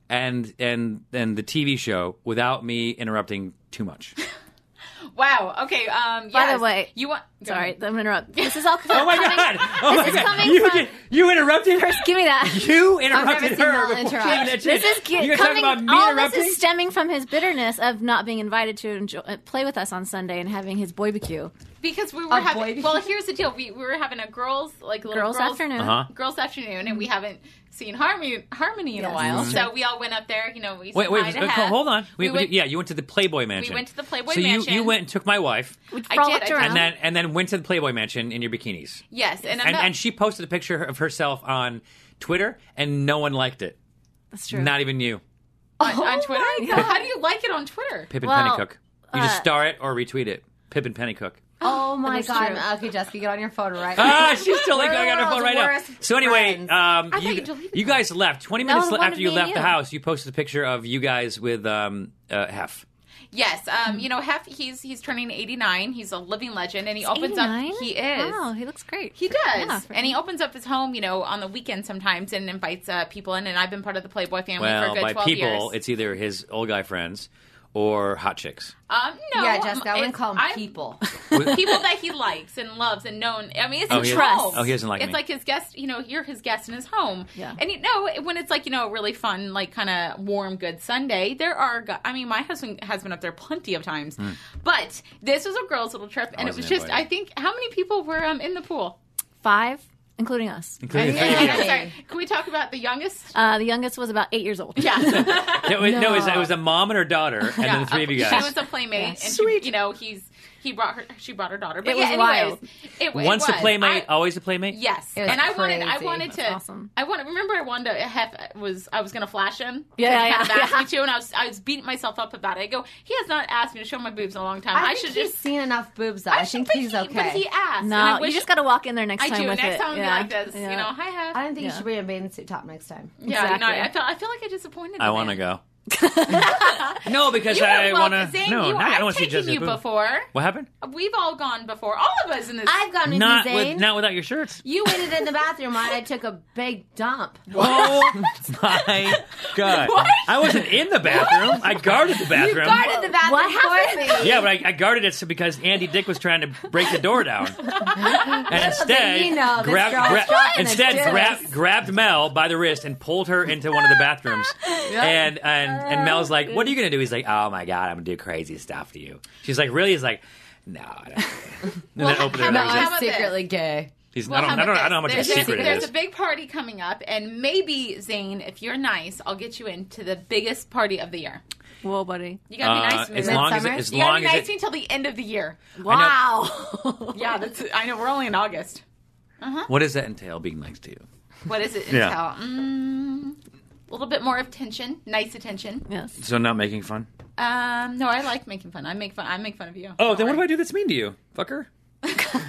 Speaker 3: and and and the TV show without me interrupting too much.
Speaker 4: Wow. Okay. Um.
Speaker 6: By the
Speaker 4: yes.
Speaker 6: way-
Speaker 4: you want? go
Speaker 6: Sorry,
Speaker 4: ahead.
Speaker 6: I'm gonna interrupt. This is all.
Speaker 3: Oh my
Speaker 6: coming-
Speaker 3: god! Oh my
Speaker 6: this is
Speaker 3: god!
Speaker 6: coming
Speaker 3: You
Speaker 6: from-
Speaker 3: did, you interrupted her.
Speaker 6: Give me that.
Speaker 3: You
Speaker 5: I've never
Speaker 3: interrupted
Speaker 5: seen
Speaker 3: her.
Speaker 5: Mel
Speaker 3: before she
Speaker 5: interrupt.
Speaker 3: even had a
Speaker 6: This
Speaker 3: chance.
Speaker 6: is ki-
Speaker 3: You're
Speaker 6: coming.
Speaker 3: talking about me
Speaker 6: all
Speaker 3: interrupting.
Speaker 6: this is stemming from his bitterness of not being invited to enjoy, uh, play with us on Sunday and having his barbecue.
Speaker 4: Because we were having.
Speaker 5: boy.
Speaker 4: Well, here's the deal. We, we were having a girls like little
Speaker 6: Girls' afternoon.
Speaker 3: Uh-huh.
Speaker 4: Girls afternoon, and we haven't seen harmony harmony in a
Speaker 6: Yes,
Speaker 4: while.
Speaker 6: that's
Speaker 4: So we all went up there. You know, we said
Speaker 3: Mm-hmm. Wait,
Speaker 4: hi
Speaker 3: wait,
Speaker 4: to
Speaker 3: wait,
Speaker 4: Hef.
Speaker 3: hold on. We,
Speaker 4: We went-
Speaker 3: yeah, you went to the Playboy Mansion.
Speaker 4: went to the Playboy
Speaker 3: so
Speaker 4: Mansion.
Speaker 3: you you went and took my wife,
Speaker 6: We
Speaker 4: I
Speaker 6: frolicked
Speaker 4: did, I did.
Speaker 6: around.
Speaker 3: and then and then went to the Playboy Mansion in your bikinis.
Speaker 4: Yes, and I'm
Speaker 3: and,
Speaker 4: not,
Speaker 3: and she posted a picture of herself on Twitter, and no one liked it.
Speaker 6: That's true.
Speaker 3: Not even you,
Speaker 4: on, on Twitter.
Speaker 6: Oh God.
Speaker 4: How do you like it on Twitter?
Speaker 3: Pippin
Speaker 6: Well,
Speaker 3: Pennycook. You just
Speaker 6: uh,
Speaker 3: star it or retweet it. Pippin Pennycook.
Speaker 5: oh my
Speaker 6: That's
Speaker 5: god.
Speaker 6: true.
Speaker 5: Okay, Jessica, get on your phone right now.
Speaker 3: Ah, she's still like
Speaker 5: We're
Speaker 3: going on her
Speaker 5: the
Speaker 3: phone right
Speaker 5: worst
Speaker 3: now. So anyway, um,
Speaker 5: friends.
Speaker 4: I thought you
Speaker 3: you,
Speaker 4: deleted
Speaker 3: you
Speaker 4: them.
Speaker 3: guys left. Twenty
Speaker 6: No,
Speaker 3: minutes
Speaker 6: the
Speaker 3: le-
Speaker 6: one
Speaker 3: after
Speaker 6: of
Speaker 3: you
Speaker 6: me
Speaker 3: left
Speaker 6: and
Speaker 3: the
Speaker 6: you.
Speaker 3: house, you posted a picture of you guys with um, uh, Hef.
Speaker 4: Yes.
Speaker 6: Hmm.
Speaker 4: Um. You know, Hef. He's he's turning 89. He's a living legend, and he opens up.
Speaker 6: 89?
Speaker 4: He is.
Speaker 6: Wow, he looks great.
Speaker 4: He does.
Speaker 6: Yeah, for
Speaker 4: and he
Speaker 6: him.
Speaker 4: opens up his home, you know, on the weekend sometimes and invites uh, people in. And I've been part of the Playboy family for a
Speaker 3: Well,
Speaker 4: good
Speaker 3: by
Speaker 4: 12
Speaker 3: people,
Speaker 4: years.
Speaker 3: it's either his old guy friends or hot chicks.
Speaker 4: um, no.
Speaker 5: yeah, Jessica, I
Speaker 4: um,
Speaker 5: wouldn't call them
Speaker 4: I-
Speaker 5: people.
Speaker 4: people that he likes and loves and known. I mean, it's
Speaker 3: Oh,
Speaker 4: his
Speaker 3: he-
Speaker 4: home.
Speaker 3: oh, he doesn't like
Speaker 4: It's
Speaker 3: me.
Speaker 4: like his guest. You know, you're his guest in his home.
Speaker 6: Yeah.
Speaker 4: And you know, when it's like you know a really fun, like kind of warm, good Sunday, there are. gu- I mean, my husband has been up there plenty of times, but this was a girls' little trip, and it
Speaker 3: Hmm. wasn't
Speaker 4: was just.
Speaker 3: invited.
Speaker 4: I think how many people were um, in the pool?
Speaker 6: five, including us.
Speaker 3: Including the three of you.
Speaker 4: I'm sorry. Can we talk about the youngest?
Speaker 6: Uh, the youngest was about eight years old.
Speaker 4: Yeah.
Speaker 3: No, it, no. it, was, it was a mom and her daughter, and then the three of you guys.
Speaker 4: uh, She was a playmate, and sweet. She, you know, he's he brought her. She brought her daughter. But
Speaker 6: It
Speaker 4: yeah,
Speaker 6: was wild.
Speaker 4: anyways, It, it
Speaker 3: Once
Speaker 4: was.
Speaker 3: a playmate,
Speaker 4: I-
Speaker 3: always a playmate.
Speaker 4: Yes,
Speaker 5: was
Speaker 4: and I wanted, I
Speaker 5: crazy.
Speaker 4: wanted
Speaker 6: That's
Speaker 4: to,
Speaker 6: awesome.
Speaker 4: I wanted. Remember, I wanted to have was I was gonna flash him.
Speaker 6: Yeah,
Speaker 4: Because he
Speaker 6: yeah, yeah.
Speaker 4: kind of asked me to, and I was, I was beating myself up about it. I go, he has not asked me to show my boobs in a long time. I,
Speaker 5: I, think
Speaker 4: should
Speaker 5: he's
Speaker 4: just,
Speaker 5: seen enough boobs though.
Speaker 4: I
Speaker 5: I,
Speaker 4: should-
Speaker 5: think
Speaker 4: but
Speaker 5: he's
Speaker 4: he-
Speaker 5: okay.
Speaker 4: But he asked. and
Speaker 6: No,
Speaker 4: I
Speaker 6: you
Speaker 4: wish-
Speaker 6: just got to walk in there next
Speaker 4: I
Speaker 6: time
Speaker 4: do.
Speaker 6: with
Speaker 4: Next
Speaker 6: it.
Speaker 4: time, I'm
Speaker 6: Yeah.
Speaker 4: gonna be like this. You
Speaker 6: Yeah.
Speaker 4: know, hi, half.
Speaker 5: I don't think
Speaker 6: Yeah.
Speaker 5: he should be in a bathing suit top next time.
Speaker 4: yeah, you know,
Speaker 6: Exactly.
Speaker 4: I feel, I feel like I disappointed.
Speaker 3: I want to go. no, Uh, because
Speaker 4: You
Speaker 3: I
Speaker 4: were
Speaker 3: want
Speaker 4: welcome,
Speaker 3: to.
Speaker 4: Zane.
Speaker 3: No,
Speaker 4: you,
Speaker 3: no, I
Speaker 4: I've
Speaker 3: don't want to see
Speaker 4: taken
Speaker 3: Jessica's
Speaker 4: you
Speaker 3: boob.
Speaker 4: before.
Speaker 3: What happened?
Speaker 4: We've all gone before. All of us in this.
Speaker 5: I've gone with
Speaker 3: Not
Speaker 5: you, Zane.
Speaker 3: with, not without your shirts.
Speaker 5: You waited in the bathroom while I took a big dump.
Speaker 3: Oh my god! I wasn't in the bathroom. I guarded the bathroom.
Speaker 5: Guarded the bathroom
Speaker 6: What
Speaker 5: for me.
Speaker 3: yeah, but I, I guarded it so- because Andy Dick was trying to break the door down, and instead
Speaker 5: you know this
Speaker 3: grabbed,
Speaker 5: girl's
Speaker 3: gra-
Speaker 5: trying to do
Speaker 3: instead grabbed
Speaker 5: this.
Speaker 3: grabbed Mel by the wrist and pulled her into one of the bathrooms. And and and
Speaker 4: Oh,
Speaker 3: Mel's like, "What are you gonna do?" He's like, "Oh my god, I'm gonna do crazy stuff to you." She's like, "Really?" He's like, "No." I don't. And then
Speaker 4: how-
Speaker 3: opened
Speaker 4: how
Speaker 3: it. and that
Speaker 4: about-
Speaker 3: was it.
Speaker 4: how about this?
Speaker 5: gay.
Speaker 3: He's,
Speaker 4: Well,
Speaker 3: I don't,
Speaker 4: how
Speaker 3: I don't,
Speaker 4: about
Speaker 3: I don't know how much
Speaker 4: this?
Speaker 3: of a
Speaker 4: there's,
Speaker 3: secret it
Speaker 4: there's
Speaker 3: is.
Speaker 4: a big party coming up, and maybe Zane, if you're nice, I'll get you into the biggest party of the year.
Speaker 6: Whoa, buddy.
Speaker 4: You gotta be nice to me.
Speaker 3: Uh, as long as it,
Speaker 5: Midsummer?
Speaker 3: as
Speaker 4: you gotta
Speaker 3: long
Speaker 4: be
Speaker 3: as
Speaker 4: nice
Speaker 3: it,
Speaker 4: to me until the end of the year.
Speaker 6: Wow.
Speaker 4: Yeah, that's. I know we're only in August. Uh-huh.
Speaker 3: what does that entail being nice to you?
Speaker 4: What is it?
Speaker 3: Yeah.
Speaker 4: Entail? Mm, a little bit more of tension, nice attention.
Speaker 6: yes.
Speaker 3: So not making fun.
Speaker 4: Um, no, I like making fun. I make fun. I make fun of you.
Speaker 3: Oh, then what do I do that's mean to you, fucker?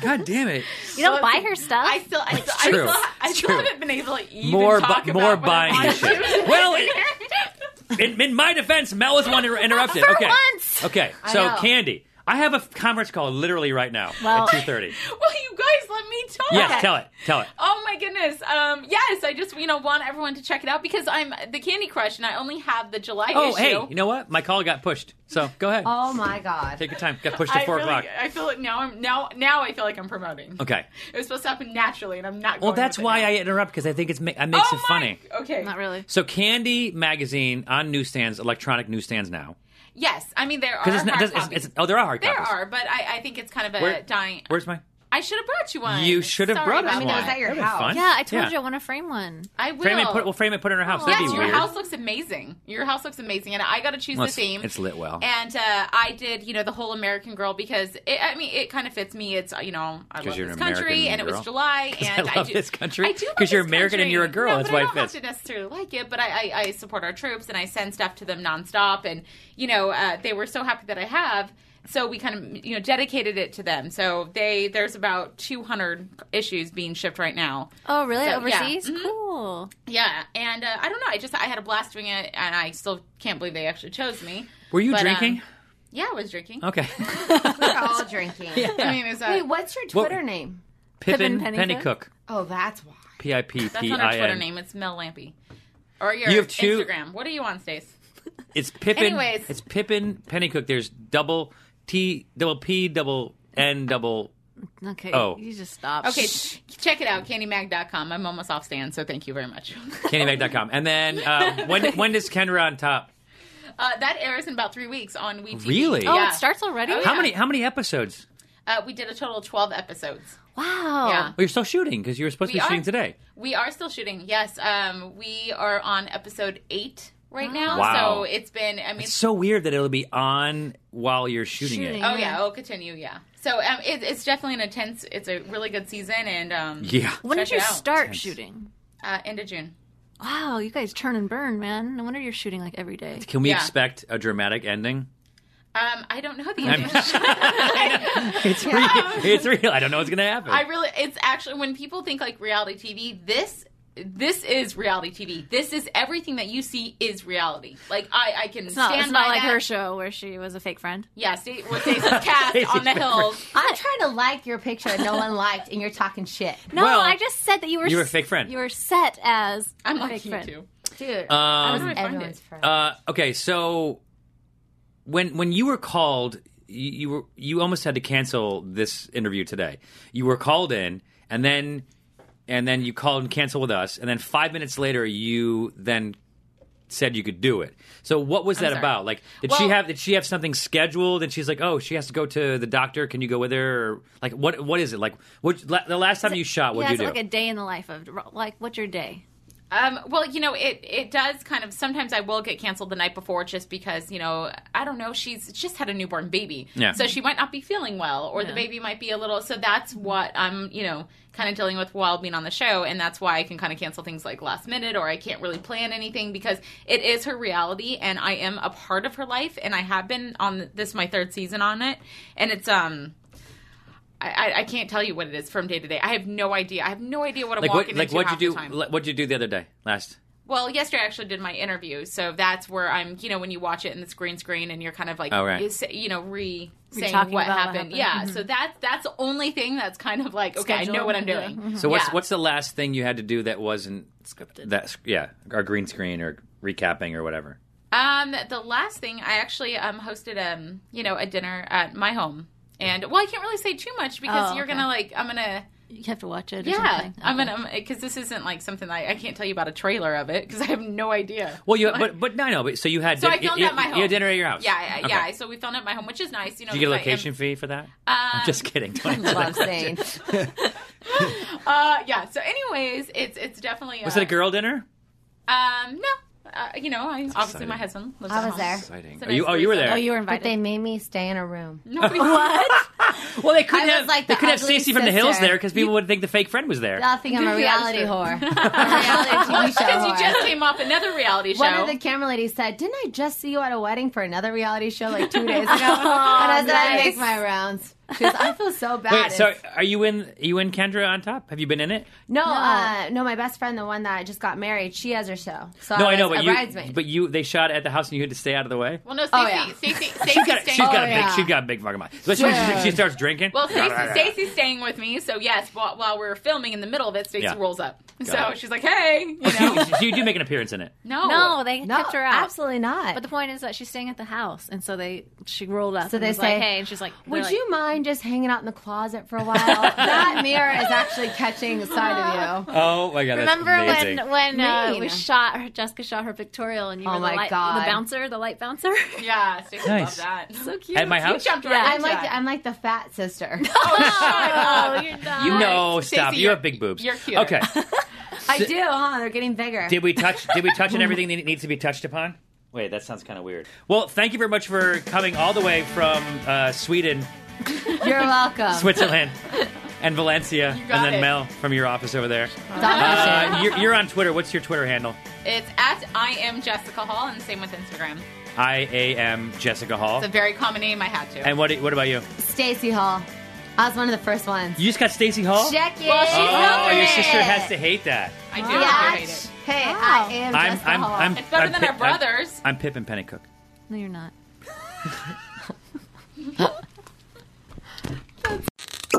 Speaker 3: God damn it!
Speaker 6: You don't buy her stuff.
Speaker 4: I still, I still, I
Speaker 3: true.
Speaker 4: still, ha- I
Speaker 3: It's
Speaker 4: still
Speaker 3: true.
Speaker 4: haven't been able to even
Speaker 3: More,
Speaker 4: talk
Speaker 3: bu-
Speaker 4: about
Speaker 3: more
Speaker 4: what I
Speaker 3: buying this
Speaker 4: wanted to.
Speaker 3: shit. well, it- in, in my defense, Mel was the one who interrupted.
Speaker 6: For
Speaker 3: okay,
Speaker 6: once.
Speaker 3: okay. So
Speaker 5: know.
Speaker 3: Candy, I have a conference call literally right now
Speaker 6: Well-
Speaker 3: at two thirty.
Speaker 4: Well, you guys, let me talk.
Speaker 3: Yes, tell it, tell it.
Speaker 4: Oh my goodness. Um, yes, I just you know want everyone to check it out because I'm the Candy Crush and I only have the July
Speaker 3: Oh,
Speaker 4: issue.
Speaker 3: hey, you know what? My call got pushed. So go ahead,
Speaker 5: Oh my god.
Speaker 3: take your time. Got pushed to
Speaker 4: I
Speaker 3: four
Speaker 4: feel
Speaker 3: o'clock.
Speaker 4: Like, I feel like now I'm now now I feel like I'm promoting.
Speaker 3: okay.
Speaker 4: It was supposed to happen naturally, and I'm not.
Speaker 3: Well,
Speaker 4: going
Speaker 3: that's
Speaker 4: with
Speaker 3: why
Speaker 4: it now.
Speaker 3: I interrupt because I think it's ma- it makes
Speaker 4: oh
Speaker 3: it
Speaker 4: my-
Speaker 3: funny.
Speaker 4: Okay.
Speaker 6: Not really.
Speaker 3: So Candy magazine on newsstands, electronic newsstands now
Speaker 4: Yes, I mean there are.
Speaker 3: because it's not.
Speaker 4: hard
Speaker 3: It's, it's,
Speaker 4: copies.
Speaker 3: it's- oh, there are hard
Speaker 4: there
Speaker 3: copies.
Speaker 4: are, but I, I think it's kind of a
Speaker 3: Where-
Speaker 4: dying.
Speaker 3: Where's my?
Speaker 4: I should have brought you one.
Speaker 3: You should have
Speaker 4: Sorry
Speaker 3: brought us
Speaker 4: about
Speaker 5: I mean,
Speaker 3: one.
Speaker 5: it was at your
Speaker 3: That'd be
Speaker 5: house.
Speaker 3: fun.
Speaker 6: yeah, I told you I want to frame one.
Speaker 4: I will.
Speaker 3: Frame it. Put, we'll frame it. Put it in our house. That'd
Speaker 4: yes,
Speaker 3: be
Speaker 4: your
Speaker 3: weird.
Speaker 4: house looks amazing. Your house looks amazing, and I got to choose
Speaker 3: Well,
Speaker 4: the
Speaker 3: it's-
Speaker 4: theme.
Speaker 3: it's lit well.
Speaker 4: and uh, I did, you know, the whole American Girl because it, I mean, it kind of fits me. It's you know, I
Speaker 3: 'Cause
Speaker 4: love
Speaker 3: you're
Speaker 4: this
Speaker 3: an
Speaker 4: country,
Speaker 3: American
Speaker 4: and it
Speaker 3: girl.
Speaker 4: was July, and
Speaker 3: I love
Speaker 4: do,
Speaker 3: this country.
Speaker 4: I do love
Speaker 3: 'Cause you're
Speaker 4: this
Speaker 3: American and you're a
Speaker 4: country.
Speaker 3: girl.
Speaker 4: No,
Speaker 3: That's
Speaker 4: but
Speaker 3: why
Speaker 4: I
Speaker 3: it
Speaker 4: don't have
Speaker 3: fits.
Speaker 4: to necessarily like it, but I, I, I support our troops and I send stuff to them nonstop, and you know, uh, they were so happy that I have. so we kind of you know dedicated it to them. So they there's about 200 issues being shipped right now.
Speaker 6: Oh, really?
Speaker 4: So, yeah. Mm-hmm.
Speaker 6: Overseas? Cool.
Speaker 4: Yeah, and uh, I don't know. I just I had a blast doing it, and I still can't believe they actually chose me.
Speaker 3: Were you
Speaker 4: But, um,
Speaker 3: drinking?
Speaker 4: Yeah, I was drinking.
Speaker 3: okay.
Speaker 5: We're all drinking.
Speaker 4: I mean, it was, uh,
Speaker 5: Wait, what's your
Speaker 3: What-
Speaker 5: Twitter name?
Speaker 3: Pippin
Speaker 6: Pennycook?
Speaker 3: Pennycook.
Speaker 5: Oh, that's why.
Speaker 3: P I P
Speaker 4: that's
Speaker 3: P
Speaker 4: not her
Speaker 3: I
Speaker 4: Twitter
Speaker 3: N.
Speaker 4: name. It's Mel Lampy. Or your
Speaker 3: You have two-
Speaker 4: Instagram. What are you on, Stace?
Speaker 3: It's Pippin.
Speaker 4: Anyways.
Speaker 3: It's Pippin Pennycook. There's double T, double P, double N, double.
Speaker 6: Okay.
Speaker 3: Oh.
Speaker 6: You just stop.
Speaker 4: Okay, ch- check it out, candymag.com. I'm almost off stand, so thank you very much.
Speaker 3: CandyMag.com. And then uh, when when does Kendra on top?
Speaker 4: Uh, that airs in about three weeks on We TV.
Speaker 3: Really?
Speaker 6: Oh,
Speaker 4: Yeah.
Speaker 6: it starts already?
Speaker 4: E. Oh,
Speaker 3: How
Speaker 4: yeah.
Speaker 3: many how many episodes?
Speaker 4: Uh, we did a total of 12 episodes.
Speaker 6: Wow.
Speaker 4: Yeah.
Speaker 3: Well, you're still shooting because you were supposed to
Speaker 4: Oh. We
Speaker 3: be shooting
Speaker 4: are.
Speaker 3: today.
Speaker 4: We are still shooting. Yes, um, we are on episode eight
Speaker 6: Oh.
Speaker 4: right now.
Speaker 3: Wow.
Speaker 4: So it's been, I mean,
Speaker 3: It's so weird that it'll be on while you're shooting,
Speaker 6: Shooting.
Speaker 3: it.
Speaker 4: oh yeah, it'll continue, yeah. So um, it, it's definitely an intense, it's a really good season and um,
Speaker 3: Yeah.
Speaker 6: When did
Speaker 4: Check
Speaker 6: you
Speaker 4: it out.
Speaker 6: start
Speaker 3: Tense.
Speaker 6: shooting?
Speaker 4: uh, end of June.
Speaker 6: Wow, you guys turn and burn, man. No wonder you're shooting like every day.
Speaker 3: Can we
Speaker 4: Yeah.
Speaker 3: expect a dramatic ending?
Speaker 4: Um, I don't know the
Speaker 3: I'm-
Speaker 4: end. of-
Speaker 3: It's real. It's real. I don't know what's gonna happen.
Speaker 4: I really it's actually when people think like reality TV, this this is reality TV. This is everything that you see is reality. Like I, I can
Speaker 6: It's not,
Speaker 4: stand
Speaker 6: it's not
Speaker 4: by
Speaker 6: like
Speaker 4: that.
Speaker 6: her show where she was a fake friend.
Speaker 4: Yeah, Stacey well, Stacey's cast on the hills.
Speaker 5: I'm trying to like your picture that no one liked, and you're talking shit,
Speaker 6: No,
Speaker 3: Well,
Speaker 6: I just said that you were
Speaker 3: you were a
Speaker 6: s-
Speaker 3: fake friend.
Speaker 6: You were set as
Speaker 4: I'm
Speaker 6: a
Speaker 4: like
Speaker 6: fake
Speaker 4: you
Speaker 6: friend.
Speaker 4: too.
Speaker 5: dude.
Speaker 4: Where do
Speaker 3: um,
Speaker 4: I find
Speaker 5: everyone's
Speaker 4: it?
Speaker 5: friend.
Speaker 3: uh, okay, so when when you were called, you, you were you almost had to cancel this interview today. You were called in, and then and then you called and canceled with us, and then five minutes later, you then said you could do it. So what was that
Speaker 4: sorry.
Speaker 3: about? Like, did she
Speaker 4: Well-
Speaker 3: have did she have something scheduled? And she's like, oh, she has to go to the doctor. Can you go with her? Or, like, what what is it? Like, what la- the last time you shot, what
Speaker 6: yeah,
Speaker 3: would you
Speaker 6: it's
Speaker 3: do?
Speaker 6: like a day in the life of like what's your day?
Speaker 4: Um, well, you know, it it does kind of. Sometimes I will get canceled the night before just because you know I don't know. She's just had a newborn baby,
Speaker 3: Yeah.
Speaker 4: so she might not be feeling well, or the
Speaker 6: Yeah.
Speaker 4: baby might be a little. So that's what I'm, you know, kind of dealing with while being on the show, and that's why I can kind of cancel things like last minute, or I can't really plan anything because it is her reality, and I am a part of her life, and I have been on this my third season on it, and it's um. I, I- I can't tell you what it is from day to day. I have no idea. I have no idea what I'm
Speaker 3: like what
Speaker 4: walking
Speaker 3: like
Speaker 4: into
Speaker 3: what'd
Speaker 4: half
Speaker 3: you do
Speaker 4: the time.
Speaker 3: like, what'd you do the other day last
Speaker 4: Well, yesterday I actually did my interview, so that's where I'm. You know, when you watch it in this green screen, and you're kind of like,
Speaker 3: Oh, right.
Speaker 4: you, say, you know, re saying
Speaker 6: talking
Speaker 4: what
Speaker 6: about what
Speaker 4: happened.
Speaker 6: happened. Mm-hmm.
Speaker 4: Yeah, so that's that's the only thing that's kind of like, okay, I know
Speaker 6: Scheduled,
Speaker 4: what I'm
Speaker 6: yeah.
Speaker 4: doing.
Speaker 3: so what's
Speaker 4: Yeah.
Speaker 3: what's the last thing you had to do that wasn't
Speaker 6: Scripted.
Speaker 3: that yeah or green screen or recapping or whatever
Speaker 4: Um, the last thing I actually um hosted um you know a dinner at my home, and well, I can't really say too much because
Speaker 6: Oh,
Speaker 4: you're
Speaker 6: okay.
Speaker 4: gonna like I'm gonna
Speaker 6: You have to watch it. Or
Speaker 4: yeah
Speaker 6: something. Oh.
Speaker 4: I'm
Speaker 6: Okay.
Speaker 4: gonna because this isn't like something that I, I can't tell you about a trailer of it because I have no idea.
Speaker 3: well you but but no no but so you had
Speaker 4: So I
Speaker 3: din- you,
Speaker 4: filmed
Speaker 3: you-
Speaker 4: at my
Speaker 3: you
Speaker 4: home.
Speaker 3: had dinner at your house
Speaker 4: Yeah, I-
Speaker 3: Okay.
Speaker 4: yeah. So we filmed at my home, which is nice. You know,
Speaker 3: did you get a
Speaker 4: 'cause I am-
Speaker 3: location fee for that
Speaker 4: Um,
Speaker 3: i'm just kidding Don't answer
Speaker 5: That's what
Speaker 3: that
Speaker 5: I'm
Speaker 3: question.
Speaker 5: saying.
Speaker 4: Uh, yeah. So, anyways, it's it's definitely.
Speaker 3: was
Speaker 4: uh,
Speaker 3: it a girl dinner
Speaker 4: Um, no. Uh, you know, I, obviously my husband. Lives
Speaker 5: I
Speaker 4: at
Speaker 5: was
Speaker 4: home.
Speaker 5: there.
Speaker 3: exciting
Speaker 4: It's a
Speaker 3: oh you
Speaker 4: nice
Speaker 3: oh you were
Speaker 4: threesome.
Speaker 3: there
Speaker 6: Oh, you were
Speaker 5: But
Speaker 6: invited.
Speaker 5: they made me stay in a room.
Speaker 4: Nobody-
Speaker 3: well they couldn't
Speaker 5: I was
Speaker 3: have
Speaker 5: like
Speaker 3: they
Speaker 5: the
Speaker 3: could have
Speaker 5: ugly
Speaker 3: Stacey from the hills
Speaker 5: sister.
Speaker 3: there because people would think the fake friend was there
Speaker 5: Y'all think I'm a
Speaker 4: Yeah, that's
Speaker 5: reality
Speaker 4: true.
Speaker 5: whore. I'm a reality TV show
Speaker 4: Because
Speaker 5: whore.
Speaker 4: you just came off another reality show.
Speaker 5: One of the camera ladies said, "Didn't I just see you at a wedding for another reality show like two days ago?" and I said, "I
Speaker 6: Oh, nice.
Speaker 5: make my rounds." She goes, "I feel so bad."
Speaker 3: Wait, so
Speaker 5: It's-
Speaker 3: are you in? Are you in Kendra on top? Have you been in it?
Speaker 5: no, Uh, no, my best friend, the one that just got married, she has her show. So
Speaker 3: no,
Speaker 5: I,
Speaker 3: I know,
Speaker 5: was
Speaker 3: but
Speaker 5: a
Speaker 3: you,
Speaker 5: bridesmaid.
Speaker 3: but you, they shot at the house and you had to stay out of the way.
Speaker 4: well, no, Stacey,
Speaker 5: Oh, yeah.
Speaker 4: Stacey, Stacey,
Speaker 3: She's got, a- she's
Speaker 4: staying-
Speaker 3: got
Speaker 5: Oh,
Speaker 3: a big,
Speaker 5: yeah.
Speaker 3: she got a big fucking mouth. But she, she, she starts drinking.
Speaker 4: Well, Stacey, Stacey's staying with me, so yes, while, while we're filming in the middle of it, Stacey
Speaker 3: Yeah.
Speaker 4: rolls up. so
Speaker 3: Got it.
Speaker 4: she's like, "Hey, you
Speaker 3: you,
Speaker 4: know,
Speaker 3: you do make an appearance in it.
Speaker 4: no,
Speaker 6: no, they
Speaker 5: no,
Speaker 6: kept her out.
Speaker 5: absolutely not.
Speaker 6: But the point is that she's staying at the house, and so they she rolled up.
Speaker 5: So
Speaker 6: and
Speaker 5: they
Speaker 6: was
Speaker 5: say,
Speaker 6: like, "Hey," and she's like, they're
Speaker 5: Would
Speaker 6: like,
Speaker 5: you mind just hanging out in the closet for a while? that mirror is actually catching a side of you.
Speaker 3: Oh my god!
Speaker 6: Remember when when uh,
Speaker 5: Mean.
Speaker 6: we shot her, Jessica shot her pictorial, and you
Speaker 5: Oh
Speaker 6: were the,
Speaker 5: my
Speaker 6: light,
Speaker 5: God.
Speaker 6: the bouncer, the light bouncer.
Speaker 4: yeah, Stacey
Speaker 3: Nice.
Speaker 4: loved that.
Speaker 6: so cute.
Speaker 3: at my
Speaker 4: You
Speaker 3: house?
Speaker 4: jumped right
Speaker 6: Yeah.
Speaker 4: into
Speaker 5: I'm like,
Speaker 4: that.
Speaker 5: I'm like the fat sister.
Speaker 6: Oh, you're not.
Speaker 3: You know,
Speaker 4: Stacey,
Speaker 3: stop. You
Speaker 4: you're-
Speaker 3: have big boobs.
Speaker 4: you're cuter.
Speaker 3: Okay.
Speaker 5: I do, huh? They're getting bigger.
Speaker 3: Did we touch? Did we touch on everything that needs to be touched upon? Wait, that sounds kind of weird. Well, thank you very much for coming all the way from uh, Sweden,
Speaker 5: You're welcome.
Speaker 3: Switzerland, and Valencia,
Speaker 4: got
Speaker 3: and then
Speaker 4: it.
Speaker 3: Mel from your office over there.
Speaker 5: Stop that shit.
Speaker 3: Uh, you're, you're on Twitter. What's your Twitter handle?
Speaker 4: It's at I am Jessica Hall, and same with Instagram.
Speaker 3: I A M Jessica Hall.
Speaker 4: It's a very common name. I had to.
Speaker 3: And what what about you?
Speaker 5: Stacy Hall. I was one of the first ones.
Speaker 3: You just got Stacy Hall.
Speaker 5: Check it.
Speaker 4: Well, she's
Speaker 3: oh,
Speaker 4: not
Speaker 3: your
Speaker 4: it.
Speaker 3: sister has to hate that.
Speaker 4: I do.
Speaker 5: Yeah.
Speaker 4: I do hate it.
Speaker 5: Hey,
Speaker 6: Wow.
Speaker 5: I am
Speaker 3: I'm
Speaker 5: Jessica
Speaker 3: I'm,
Speaker 5: Hall.
Speaker 3: I'm
Speaker 4: It's better
Speaker 3: I'm
Speaker 4: than
Speaker 3: Pip-
Speaker 4: our brothers.
Speaker 3: I'm, I'm Pip and Pennycook.
Speaker 6: No, you're not.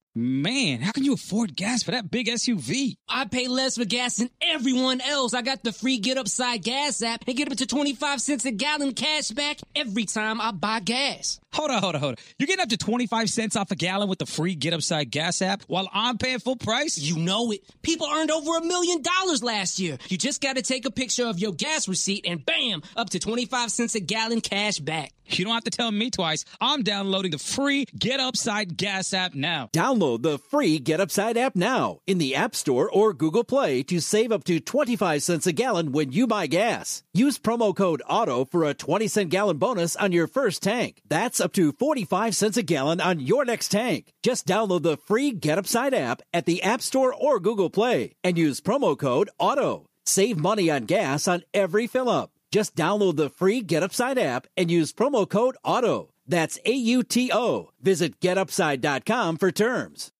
Speaker 11: Man, how can you afford gas for that big SUV? I pay less for gas than everyone else. I got the free Get Upside Gas app and get up to 25 cents a gallon cash back every time I buy gas.
Speaker 12: Hold on, hold on, hold on. You're getting up to 25 cents off a gallon with the free Get Upside Gas app while I'm paying full price?
Speaker 11: You know it. People earned over a million dollars last year. You just got to take a picture of your gas receipt and bam, up to 25 cents a gallon cash back.
Speaker 12: You don't have to tell me twice. I'm downloading the free Get Upside Gas app now.
Speaker 13: Download the free Get Upside app now in the App Store or Google Play to save up to 25 cents a gallon when you buy gas. Use promo code AUTO for a 20 cent gallon bonus on your first tank. That's up to 45 cents a gallon on your next tank. Just download the free Get Upside app at the App Store or Google Play and use promo code AUTO. Save money on gas on every fill up. Just download the free Get Upside app and use promo code AUTO. That's A U T O. Visit getupside.com for terms.